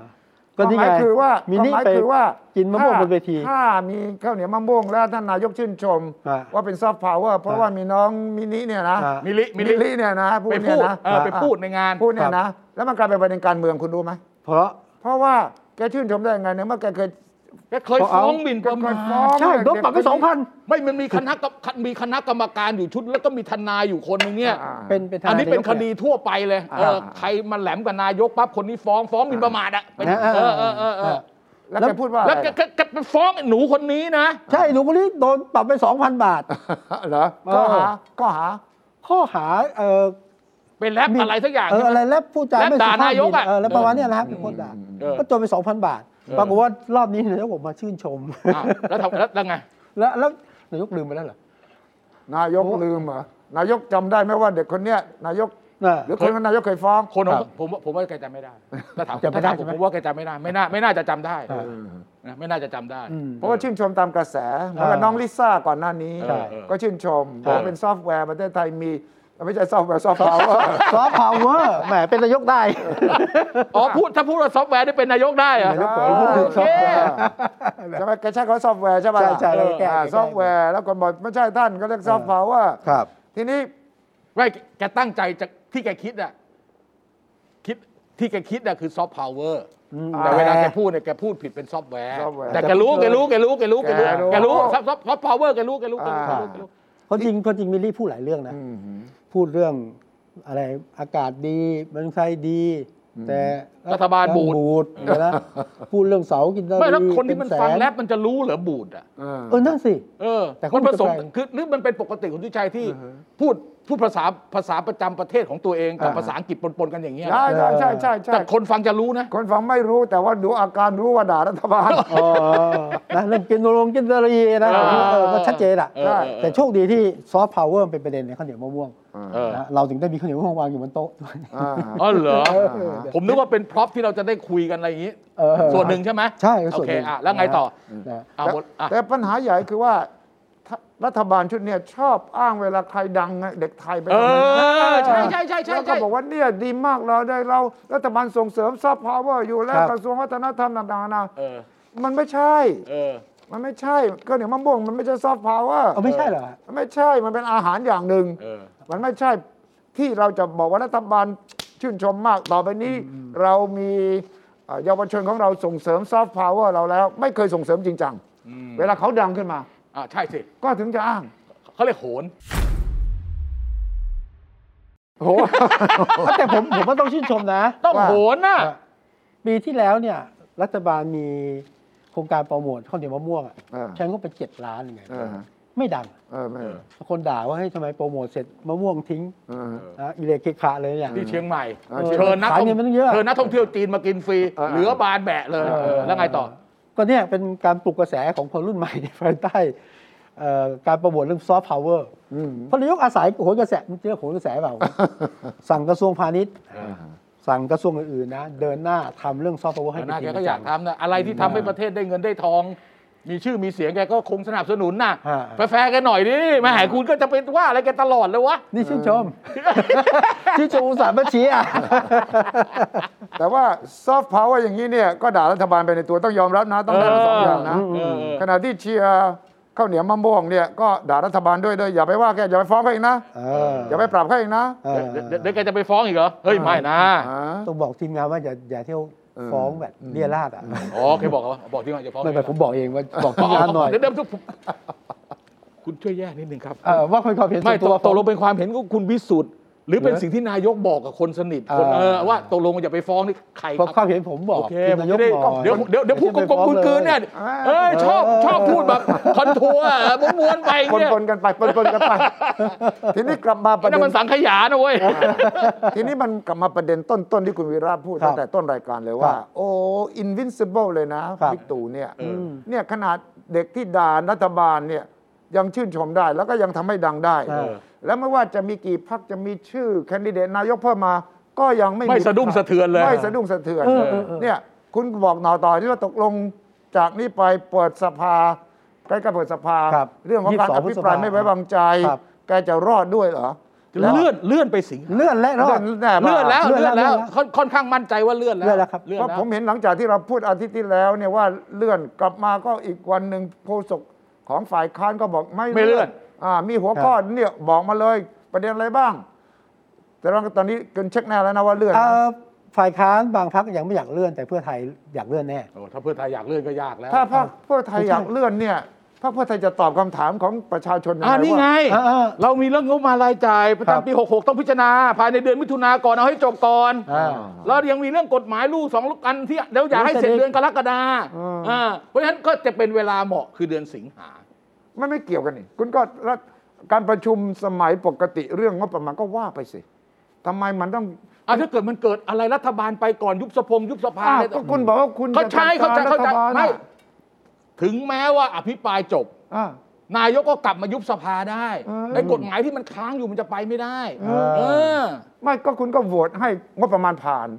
A: ก็นี่
C: ห
A: ไง
C: มายคือว่า
A: มิ
C: ควา
A: นี่
C: มหมาย
A: ไป
C: คือว่า
A: กินมะม่วง
C: ถ้า
A: บนเวที
C: ถ้ามีข้าวเหนียวมะม่วงแล้วท่านนายกชื่นชม
A: อ่ะ
C: ว่าเป็นซอฟต์พาวเวอร์เพราะ
A: อ่ะ
C: ว่ามีน้องมินิเนี่ยนะ
A: อ่ะ
B: มิลิมิลิ
C: ลิเนี่ยนะพูด
B: ไป
C: เนี่
B: พู
C: ย
B: ด
C: นะ
B: เออไปพูดในงาน
C: พูดเนี่ยนะแล้วมันกลายเป็นประเด็นการเมืองคุณรู้ไหม
A: เพราะ
C: เพราะว่าแกชื่นชมได้ยังไงเนี่ยเมื่อแกเคย
B: ก็เคย
A: เอาเอา
B: ฟ้องหมิ่นประมา
C: เค
B: ท
C: ยฟ้อง
A: ใช่โดนปรับไปสองพัน
B: ไม่มันมีคณะกรรมมีคณะกรรมการอยู่ชุด แล้วก็มีทนายอยู่คนหนึงเนี่ย
C: อ่า
A: เป็นเป็นทาง
B: อันนี้เป็นคดีทั่วไปเลยเออ
C: อ่า
B: ใครมาแหลมกับนายกปั๊บคนนี้ฟ้องฟ้องหมิ่นประมาทอ่ะเป็น
A: นะเออ
B: เออเออเออเออ
C: แล้วแกพูดว่าอะ
B: แล้ว
C: ไร
B: แกแกแกไปฟ้องไอ้หนูคนนี้นะ
A: ใช่หนูคนนี้โดนปรับไปสองพันบาท
C: เหรอก็หาก็หา
A: ข้อหาเอ่อ
B: เป็นแรปอะไรสักอย่าง
A: เอออะไรแล้วพูดจา
B: แรป
A: ไม่สุ
B: ด่า
A: ภาพ
B: นายกอะ
A: เออแล้วประมาณเนี้ยนะครับเป็นคนด่า
B: เออ
A: ก็โดนไปสองพันบาท
B: เออ
A: ปรากฏว่ารอบนี้นายกผมมาชื่นชม
B: อ้าวแล้วทำแล้วแล้วไง
A: แล้วแล้วนายกลืมไปแล้วเหรอน
C: ายกลืมเหรอนายกจำได้ไหมว่าเด็กคนเนี้ยนายก
A: น่ะ
C: หรือคนนายกเคยฟ้อง
B: คนของ
A: ครับ
B: ผมว่าผมว่าแกจำไม่ได้ถ้าถาม
A: จำไม่ได้
B: ถ้าถา
A: ใช่ไหม
B: ผมว่าแกจำไม่ได้ไม่น่าไม่น่าจะจำได้
A: เออ
B: นะไม่น่าจะจำได้
A: อืม
C: เพราะว่าชื่นชมตามกระแสเหมือนกับน้องลิซ่าก่อนหน้านี้
A: ใช่
C: ก็ชื่นชม
B: ใช่
C: บอกเป็นซอฟต์แวร์ประเทศไทยมีไม่ใช่ซอฟต์แวร์ซอฟต์พาวเวอร์
A: ซอฟต์พาวเวอร์แหมเป็นนายกได้
B: อ๋อพูดถ้าพูดว่าซอฟต์แวร์ได้เป็นนายกได้เหรอ
A: นายก ผมพูดถึงซอฟต์แวร์
C: ใช่ไหมแกใช้คำว่าซอฟต์แวร์ใช่ไหม
A: ใช่ใช่แล้วแก
C: ซอฟต์แวร์แล้วคนบอกไม่ใช่ท่านก็เรียกซอฟต์พาวเวอร์
A: ครับ
C: ทีนี้
B: ไม่แกตั้งใจจะที่แกคิดอะคิดที่แกคิดอะคือซอฟต์พาวเวอร์
A: อืม
B: แต่เวลาแกพูดเนี่ยแกพูดผิดเป็นซอฟต์แวร์
C: software
B: แต่แกรู้แกรู้แกรู้แกรู้แกรู้แกรู้ซอฟต์ซอฟต์พาวเวอร์แกรู้แกรู้แกรู้แกรู้แกรู้
A: คนจริงคนจริงมิลลี่พูดหลายเรื่องนะ
C: อืมหืม
A: พูดเรื่องอะไรอากาศดีเมืองไทยดี แต่
B: รัฐบาลบูด
A: ดเดี๋ยวนะพูดเรื่องเสากิน
B: ไม่แล้วคนที่มันฟังแร
A: แล้ว
B: ปมันจะรู้เหรอบูดอะ
A: เออนั่นสิ
B: เออ
A: แต่เขา
B: มันผส
A: พูด
B: ม
A: แปลง
B: คือหรือมันเป็นปกติของทุชัยที่พูดพูดภาษาภาษาประจำประเทศของตัวเองกับ
C: อ่า
B: ภาษาอังกฤษปนๆกันอย่างเงี้ย
C: ใช่ใช่ใช่ใช่
B: แต่
C: ใช่
B: คนฟังจะรู้นะ
C: คนฟังไม่รู้แต่ว่าดูอาการรู้ว่าด่ารัฐบาล
A: ๋อนะเรื่องกินโรงกินตะรีนะ
B: เออ
A: เออก็ชัดเจนอ่ะ
B: เออใช่
A: แต่โชคดีที่ซอฟต์พาวเวอร์เป็นประเด็นในข้าวเหนียวมะม่วง
B: เออ
A: นะเราถึงได้มีข้าวเหนียวมะม่วงวางอยู่บนโต๊ะด้วย
C: อ่า
B: อ๋อเหรอ
A: เออ
B: ผมนึกว่าเป็นพร็อพที่เราจะได้คุยกันอะไรอย่างนี้
A: เออ
B: ส่วนหนึ่งใช่ไหม
A: ใช่ส่
B: โอ
A: วนห
B: เค
A: นึ่ง
B: อ่ะแล้วไงต่อ
A: นะ
B: เอาหมดอ่ะ
C: แต่ปัญหาใหญ่คือว่าถ้ารัฐบาลชุดเนี้ยชอบอ้างเวลาใครดังไงเด็กไทยไป
B: เอ
C: ทำงาน
B: อใช่ใช่ใช่ใช่
C: แล้วก็
B: ใช่
C: บอกว่าเนี่ยดีมากเราได้เรารัฐบาลส่งเสริมซอฟต์พาวเวอร์อยู่แล้ว
A: ครับ
C: กระทรวงวัฒนธรรมต่างๆนะ
B: เออ
C: มันไม่ใช่
B: เออ
C: มันไม่ใช่ก็เหนี่ยวมะม่วงมันไม่ใช่ซอฟต์พาวเวอร์
A: เอาไม่ใช่เหรอฮะ
C: มันไม่ใช่มันเป็นอาหารอย่างหนึ่ง
B: เออ
C: มันไม่ใช่ที่เราจะบอกว่ารัฐบาลชื่นชมมากต่อไปนี้เรามีเอ่อเยาวชนของเราส่งเสริมซอฟต์พาวเวอร์เราแล้ว ไม่เคยส่งเสริมจริงจังเวลาเขาดังขึ้นมา
B: อ่ะใช่สิ
C: ก็ถึงจะอ้าง
B: เขาเรียกโหน
C: โห
A: แต่ผมผมว่าต้องชื่นชมนะ
B: ต้องโหนน่ะ
A: ปีที่แล้วเนี่ยรัฐบาลมีโครงการโปรโมทข้าวเหนียวมะม่วงอะ
C: เออ
A: ใช้งบไปเจ็ดล้านยังไง
C: เออฮะ
A: ไม่ดัง
C: เออไม่
A: คนด่าว่าเฮ้ยทำไมโปรโมทเสร็จมะม่วงทิ้ง
C: เออ
A: นะอิเลกเคขะเลยเนี่ย
B: ที่เชียงใหม่
C: เออ
B: เชิญนัก
A: ขายเงินไม่ต้องเยอะ
B: เชิญนักท่องเที่ยวจีนมากินฟรี
C: เออ
B: เหลือบานแบะเลยเออแล้วไงต่อ
A: ก็เนี่ยเป็นการปลุกกระแสของคนรุ่นใหม่ ในภายใต้เอ่อการโปรโมทเรื่องซอฟต์พาวเวอร์
C: อืม
A: เพราะนายกอาศัยโหนกระแสมันเรียกโหนกระแสเปล่า สั่งกระทรวงพาณิชย์ สั่งกระทรวงอื่นๆนะเดินหน้าทำเรื่องซอฟต์พาวเวอร์ให้
B: หน้าแก
A: จริง
B: ก็
A: ๆ
B: อยากทำนะอะไรที่ทำให้ประเทศได้เงินได้ทอง มีชื่อมีเสียงแกก็คงสนับสนุนน่ะ
A: ฮะ
B: แฟร์ๆแกันหน่อยดิแมาหายคุณก็จะเป็นว่าอะไรแกันตลอดเลยวะ
A: นี่ชื่นชม ชื่นชมอุตสาหบัญชีอ่ะ
C: แต่ว่าซอฟต์พาวเวอร์อย่างนี้เนี่ยก็ด่ารัฐบาลไปในตัวต้องยอมรับนะ ต้องด่าทั้งสองอย่างนะ
B: เออเออ
C: ขณะที่เชียร์ข้าวเหนียวมะม่วงเนี่ยก็ด่ารัฐบาลด้วยด้วยอย่าไปว่าแกอย่าไปฟ้องเขาอีกนะ
A: เออ
C: อย่าไปปรับเขาอีกนะ
A: เออ
B: เดี๋ยวเดี๋ยวเดี๋ยวแกจะไปฟ้องอีกเหรอเฮ้ยไม่นะ
C: อ่า
A: ต้องบอกทีมงานว่าอย่าอย่าเที่ยวฟ้องแบบเรียราดอ่ะ
B: อ๋อแกบอกเหรอบอกที่ว่าจะฟ้อง
A: ไม่ไปผมบอกเองว่าบอกทีมงานหน่อย
B: เดี๋ยวเดี๋ยวผมคุณช่วยแยกนิดนึงครับ
A: เออว่าเป็นความเห็นส่
B: ไม่
A: วน
B: ต
A: ตัว
B: กตกลง
A: ผม
B: เป็นความเห็นของคุณวิสุทธ์หรือเป็น
A: เหรอ
B: สิ่งที่นายกบอกกับคนสนิทคน
A: อ่า
B: เออว่าตกลงอย่าไปฟ้องนี่ใคร
A: เพราะ
B: ค
A: ควา
B: รับ
A: มเห็นผมบอก
B: โอเค
A: ทีมนายก
B: ไม่ได้
A: บอก
B: เดี๋ยวเดี๋ยวเดี๋ยวพูดกลมๆกลืนๆเนี่ย
C: อ่า
B: เอ้ยชอบชอบพูดแบบคอนทัวร์อะม้วนๆไป
C: ปน
B: เนี่ย
C: ปนๆกันไปปนปนๆกัน ไป ทีนี้กลับมาประ
B: นั่
C: เด็
B: นมัน
C: น
B: สังขยานะเว้ย
C: ทีนี้มันกลับมาประเด็นต้นๆที่คุณวีระพูด
A: ครับ
C: ตั้งแต่ต้นรายการเลยว่า
A: ครับ
C: โอ้ invincible เลยนะครับ บิ๊กตู่เนี่ย
B: เออ
C: เนี่ยขนาดเด็กที่ด่ารัฐบาลเนี่ย ยังชื่นชมได้ แล้วก็ยังทำให้ดังได้
A: เออ
C: แล้วไม่ว่าจะมีกี่พักจะมีชื่อแคนดิเดตนายกเพิ่มมาก็ยังไม่
B: ไม่สะดุ้งสะเทือนเลย
C: ไม่สะดุ้งสะเทือน
A: เออเออเออ
C: เนี่ยคุณบอกหน่อต่อที่ว่าตกลงจากนี้ไปเปิดสภาใกล้กับเปิดสภา
A: ครับ
C: เรื่องของการอ
A: 22
C: ภิปรายไม่ไว้วางใจ
A: ครับ
C: แกจะรอดด้วยเหรอ
B: เลื่อนเลื่อนไปสิงหา
A: เลื่อนและรอด
C: แน่
B: เลื่อนแล้ว
A: เลื่อ
B: เลื่อน น
A: แล้
B: แล้ว วค่อนค่อนข้างมั่นใจว่าเลื่อนแล้ว
A: เลื่อนแล้วครับ
B: เลื่อน
C: เพราะ
B: แล้ว
C: ผมเห็นหลังจากที่เราพูดอาทิตย์ที่แล้วเนี่ยว่าเลื่อนกลับมาก็อีกวันหนึ่งโฆษกของฝ่ายค้านก็บอกไม่
B: ไม่เลื่อน
C: อ่ามีหัวข้อเนี่ยบอกมาเลยประเด็นอะไรบ้าง แต่ว่าตอนนี้กันเช็คแน่แล้วนะว่าเลื่อน
A: เอ่
C: นะ
A: อฝ่ายค้านบางพักยังไม่อยากเลื่อนแต่เพื่อไทยอยากเลื่อนแน่
B: โอ้ถ้าเพื่อไทยอยากเลื่อนก็ยากแล้ว
C: ถ้าพรรคเพื่อไทย
A: ไม่ใช่
C: อยากเลื่อนเนี่ยพรรคเพื่อไทยจะตอบคำถามของประชาชนยัง
B: อ่า
C: ไง
B: นี่
C: ว่า
B: ไง
A: เออเออ
B: เรามีเรื่องงบประมาณรายจ่ายประ
A: ครับ
B: จำปี 66 ต้องพิจารณา ภายในเดือนมิถุนาก่อนเอาให้จบก่อน
A: อ่า
B: แล้วยังมีเรื่องกฎหมายลูกสองลูกอันที่เดี๋ยวอยากให้เสร็จ
A: เดี๋ยวเสร็จ
B: เดือนกรกฎา
C: อ่า
B: อ่าเพราะฉะนั้นก็จะเป็นเวลาเหมาะคือเดือนสิงหา
C: มันไม่เกี่ยวกันนี่คุณก็รัฐการประชุมสมัยปกติเรื่องงบประมาณก็ว่าไปสิทำไมมันต้อง
B: อ่ะถ้าเกิดมันเกิดอะไรรัฐบาลไปก่อนยุบสภงยุบสภา
C: อ้าว
B: อะไร
C: ก็คุณบอกว่าคุณ
B: เขาใช้
C: จะ
B: เขา
C: จั
B: ใช้เขาใช้
C: ดกรรัฐบลน่ะ
B: ไม่ถึงแม้ว่าอภิปรายจบ
C: อ่า
B: นายกก็กลับมายุบสภาได้
C: เออ
B: ไอ้กฎหมายที่มันค้างอยู่มันจะไปไม่ได้
A: เออ
B: เออ
C: ไม่ก็คุณก็โหวตให้งบประมาณผ่าน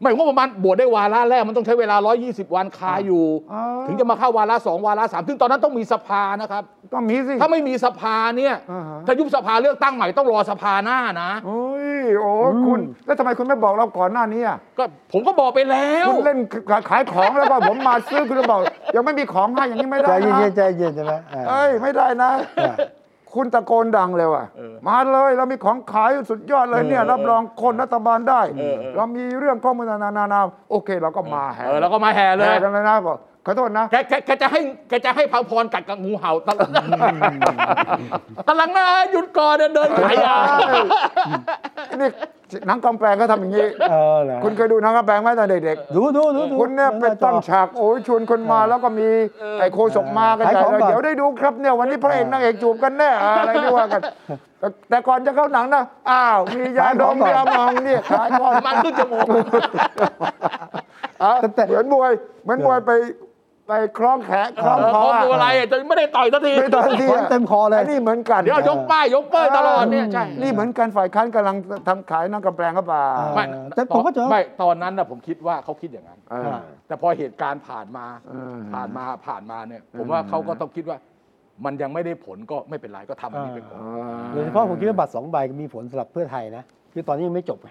B: ไม่งบประมาณบวชได้วาระแรกมันต้องใช้เวลา 120 วันคาอยู่
C: อ๋อ
B: ถึงจะมาเข้าวาระสองวาระสามซึ่งตอนนั้นต้องมีสภานะครับ
C: ก็มีสิ
B: ถ้าไม่มีสภาเนี่ย
C: อ่าฮะ
B: ถ้ายุบสภาเลือกตั้งใหม่ต้องรอสภาหน้านะ
C: โอ้ยโอ้คุณ แล้วทำไมคุณไม่บอกเราก่อนหน้านี้อ่ะ
B: ก็ผมก็บอกไปแล้ว
C: คุณเล่นขายของแล้วก็ผมมาซื้อคุณก็บอก ยังไม่มีของให้อย่างนี้ไม่
A: ใจ
C: ได้
A: เย็น
C: นะ
A: ๆใจเย็นใช่ไหมอ่า
C: เอ้ยไม่ได้นะ
A: อ่า
C: คุณตะโกนดังเลยว่ะ
B: เออ
C: มาเลยเรามีของขายสุดยอดเลยเนี่ย รับรองคนรัฐบาลได้
B: เออเออ
C: เรามีเรื่องข้อมูลนานานานาโอเคเราก็มาแห่
B: เออแล้วก็มาแห่เลย
C: แห่กันเลยนะบอกขอโทษ นะ
B: แกแกแกจะให้แกจะให้พาพรกัดกับงูเห่าตลอดกำลังนะหยุดก่อนเดินเดินขายยา
C: นี่หนังกำแพงก็ทำอย่างนี้
A: เออเหรอ
C: คุณเคยดูหนังกำแพงไหมตอนเด็กๆ
A: ดูดูดูดู
C: คุณเนี่ยไปตั้งฉากโอ้ยชวนคนมาแล้วก็มีไอ้โคศกมากัน
A: ขาย
C: ใหญ่
A: ของ
C: เลย
A: ก่อน
C: เดี๋ยวได้ดูครับเนี่ยวันนี้พระเอกนางเอกจูบกันแน่อะไรนี่ว่ากัน แต่แต่ก่อนจะเข้าหนังนะอ้าวมียาดม
A: ขายของก่อน
C: ยามองเนี่ยขายก่อน
B: มันขึ้นจมูก
C: อ่ะ
A: แต่แต่
C: เหมือนมวยเหมือนมวยไปไปคล้องแขนคล้องค
B: พ
C: อ
B: ร้อมดูอะไรอ่ะจะไม่ได้ต่อยสักที
C: ไม่ตอนที่
A: ขนเต็มคอเลย
C: นนี่เหมือนกัน
B: เดี๋ยวยกป้ายยกเป้ยตลอดเนี่ยใช่
C: นี่เหมือนกันฝ่ายค้านกำลังทำขายหนังกระแปลงก็ป่า
A: ไม่
B: ไม่
A: แต่ผมก็เจอ
B: ไม่ตอนนั้นนะผมคิดว่าเขาคิดอย่างนั้น
C: เออ
B: แต่พอเหตุการณ์ผ่านมา
C: เออ
B: ผ่านมาผ่านมาเนี่ย ผมว่าเขาก็ต้องคิดว่า มันยังไม่ได้ผลก็ไม่เป็นไรก็ทำอันนี้ไปก่อน
A: โดยเฉพาะผมคิดว่าบัตรสองใบมีผลสำหรับเพื่อไทยนะคือตอนนี้ยังไม่จบไง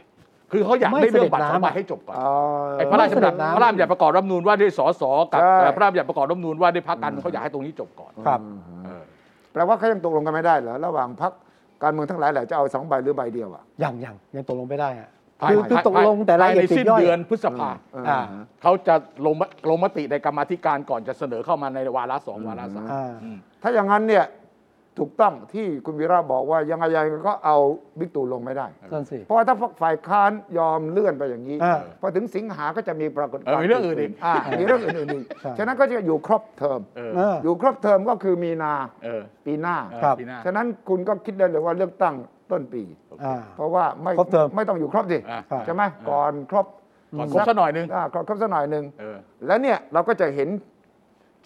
B: คือเขาอยาก
A: ไม่
B: ได้
A: เสด็จ
B: เรื่องบัตรสองใบ
A: น้ำ
B: ให้จบก่อน
C: อ๋อ
B: ไอ้พระราชบัญญัติ
A: ไม่เสด็จน้ำ
B: พระราชบัญญัติประกอบรัฐธรรมนูญว่าด้วยสสกับ
C: ใช่
B: เอ่อพระราชบัญญัติประกอบรัฐธรรมนูญว่าด้วยพรรคการเมืองเขาอยากให้ตรงนี้จบก่อน
A: ครับ
B: เออ
C: แปลว่าเขายังตกลงกันไม่ได้เหรอระหว่างพักการเมืองทั้งหลายแหละจะเอาสองใบหรือใบเดียวอ่ะ
A: ยังยังยังตกลงไม่ได้ฮะ
B: ภาย
A: คือ
B: ใน
A: คือตกลงแต่รายละเอียดป
B: ภใน
A: ลี
B: สิ้
A: ก
B: น
A: ย่อย
B: เดือนพฤษภา
C: เออ
A: อ่า
B: เขาจะลงมลงมติในกรรมาธิการก่อนจะเสนอเข้ามาในวาระสองวาระสาม
A: อ่า
B: อืม
C: ถ้าอย่างนั้นเนี่ยถูกต้องที่คุณวีระบอกว่ายังไงยังไงก็เอาบิ๊กตู่ลงไม่ได้
A: นั่นสิ
C: เพราะว่าถ้าพรรคฝ่ายค้านยอมเลื่อนไปอย่างนี้
A: อ่า
C: พอถึงสิงหาก็จะมีปรากฏการ
B: เออ
C: ณ์
B: มีเรื่องอื่นอีก
C: ามีเรื่องอื่นๆอีก
A: ใช่
C: ฉะนั้นก็จะอยู่ครบเทอม
B: เออ
A: เออ
C: อยู่ครบเทอมก็คือมีนา
B: เออ
C: ปีหน้า
B: เออ
A: ครับ
B: ปีหน้า
C: ฉะนั้นคุณก็คิดได้เลยว่าเลือกตั้งต้นปี
A: อ่า
C: เพราะว่าไม่
A: ครบเทอม
C: ไม่ต้องอยู่ครบดิ
B: อ่า
C: ใช่ไหมก่อนครบ
B: ก่อนครบซะหน่อยนึง
C: าก่อนครบซะหน่อยหนึ่ง
B: เออ
C: แล้วเนี่ยเราก็จะเห็น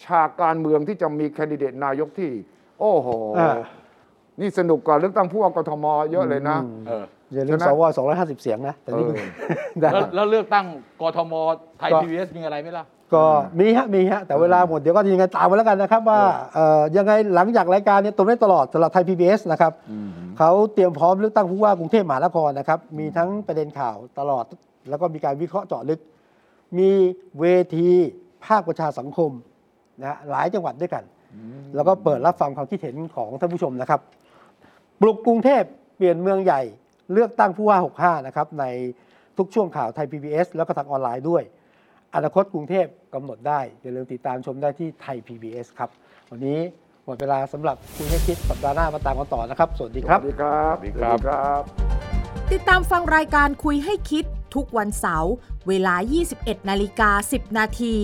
C: ฉากการเมืองที่จะมีแคนดิเดตนายกที่ โอ้โห
A: อ่า
C: นี่สนุกกว่าเลือกตั้งผู้ว่ากทมเยอะเลยนะ
B: เออ
A: อย่าลืม
C: ใช่
A: ส
C: ไห
A: ว
C: ม
A: สองร้อยห้าสิบเสียงนะ แต่นี่
C: เออ
A: ได้
B: แล้วแล้วเลือกตั้งกทมไทย
A: ก็
B: พีวีเอสมีอะไรไหมล่ะ
A: ก็มีฮะ มีฮะ แต่เวลาหมด เดี๋ยวก็ยังไงตามมาแล้วกันนะครับ ว่าเอ่อยังไงหลังจากรายการเนี้ตรงได้ตลอดสำหรับไทย PBS นะครับเขาเตรียมพร้อมเลือกตั้งผู้ว่ากรุงเทพมหานครนะครับ มีทั้งประเด็นข่าวตลอด แล้วก็มีการวิเคราะห์เจาะลึก มีเวทีภาคประชาสังคมนะฮะหลายจังหวัดด้วยกัน แล้วก็เปิดรับฟังความคิดเห็นของท่านผู้ชมนะครับ ปลุกกรุงเทพเปลี่ยนเมืองใหญ่ เลือกตั้งผู้ว่า 65 นะครับ ในทุกช่วงข่าวไทย PBS แล้วก็ทางออนไลน์ด้วย อนาคตกรุงเทพกำหนดได้ อย่าลืมติดตามชมได้ที่ไทย PBS ครับ วันนี้หมดเวลาสำหรับคุณให้คิดสัปดาห์หน้ามาตามกันต่อนะครับ สวัสดี
C: ส
A: ครั
C: วั
A: บ
C: สดีครับ
B: สวัสดีครับ
C: สวัสครับ
D: ติดตามฟังรายการคุยให้คิดทุกวันเสาร์เวลา 21นาฬิกา10 นาที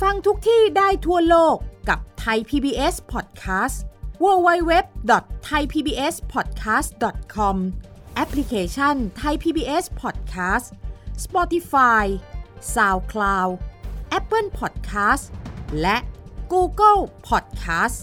D: ฟังทุกที่ได้ทั่วโลกกับ t h a i PBS Podcast www.thaipbspodcast.com แอปพลิเคชัน t h a i PBS Podcast Spotify SoundCloud Apple Podcast และ Google Podcast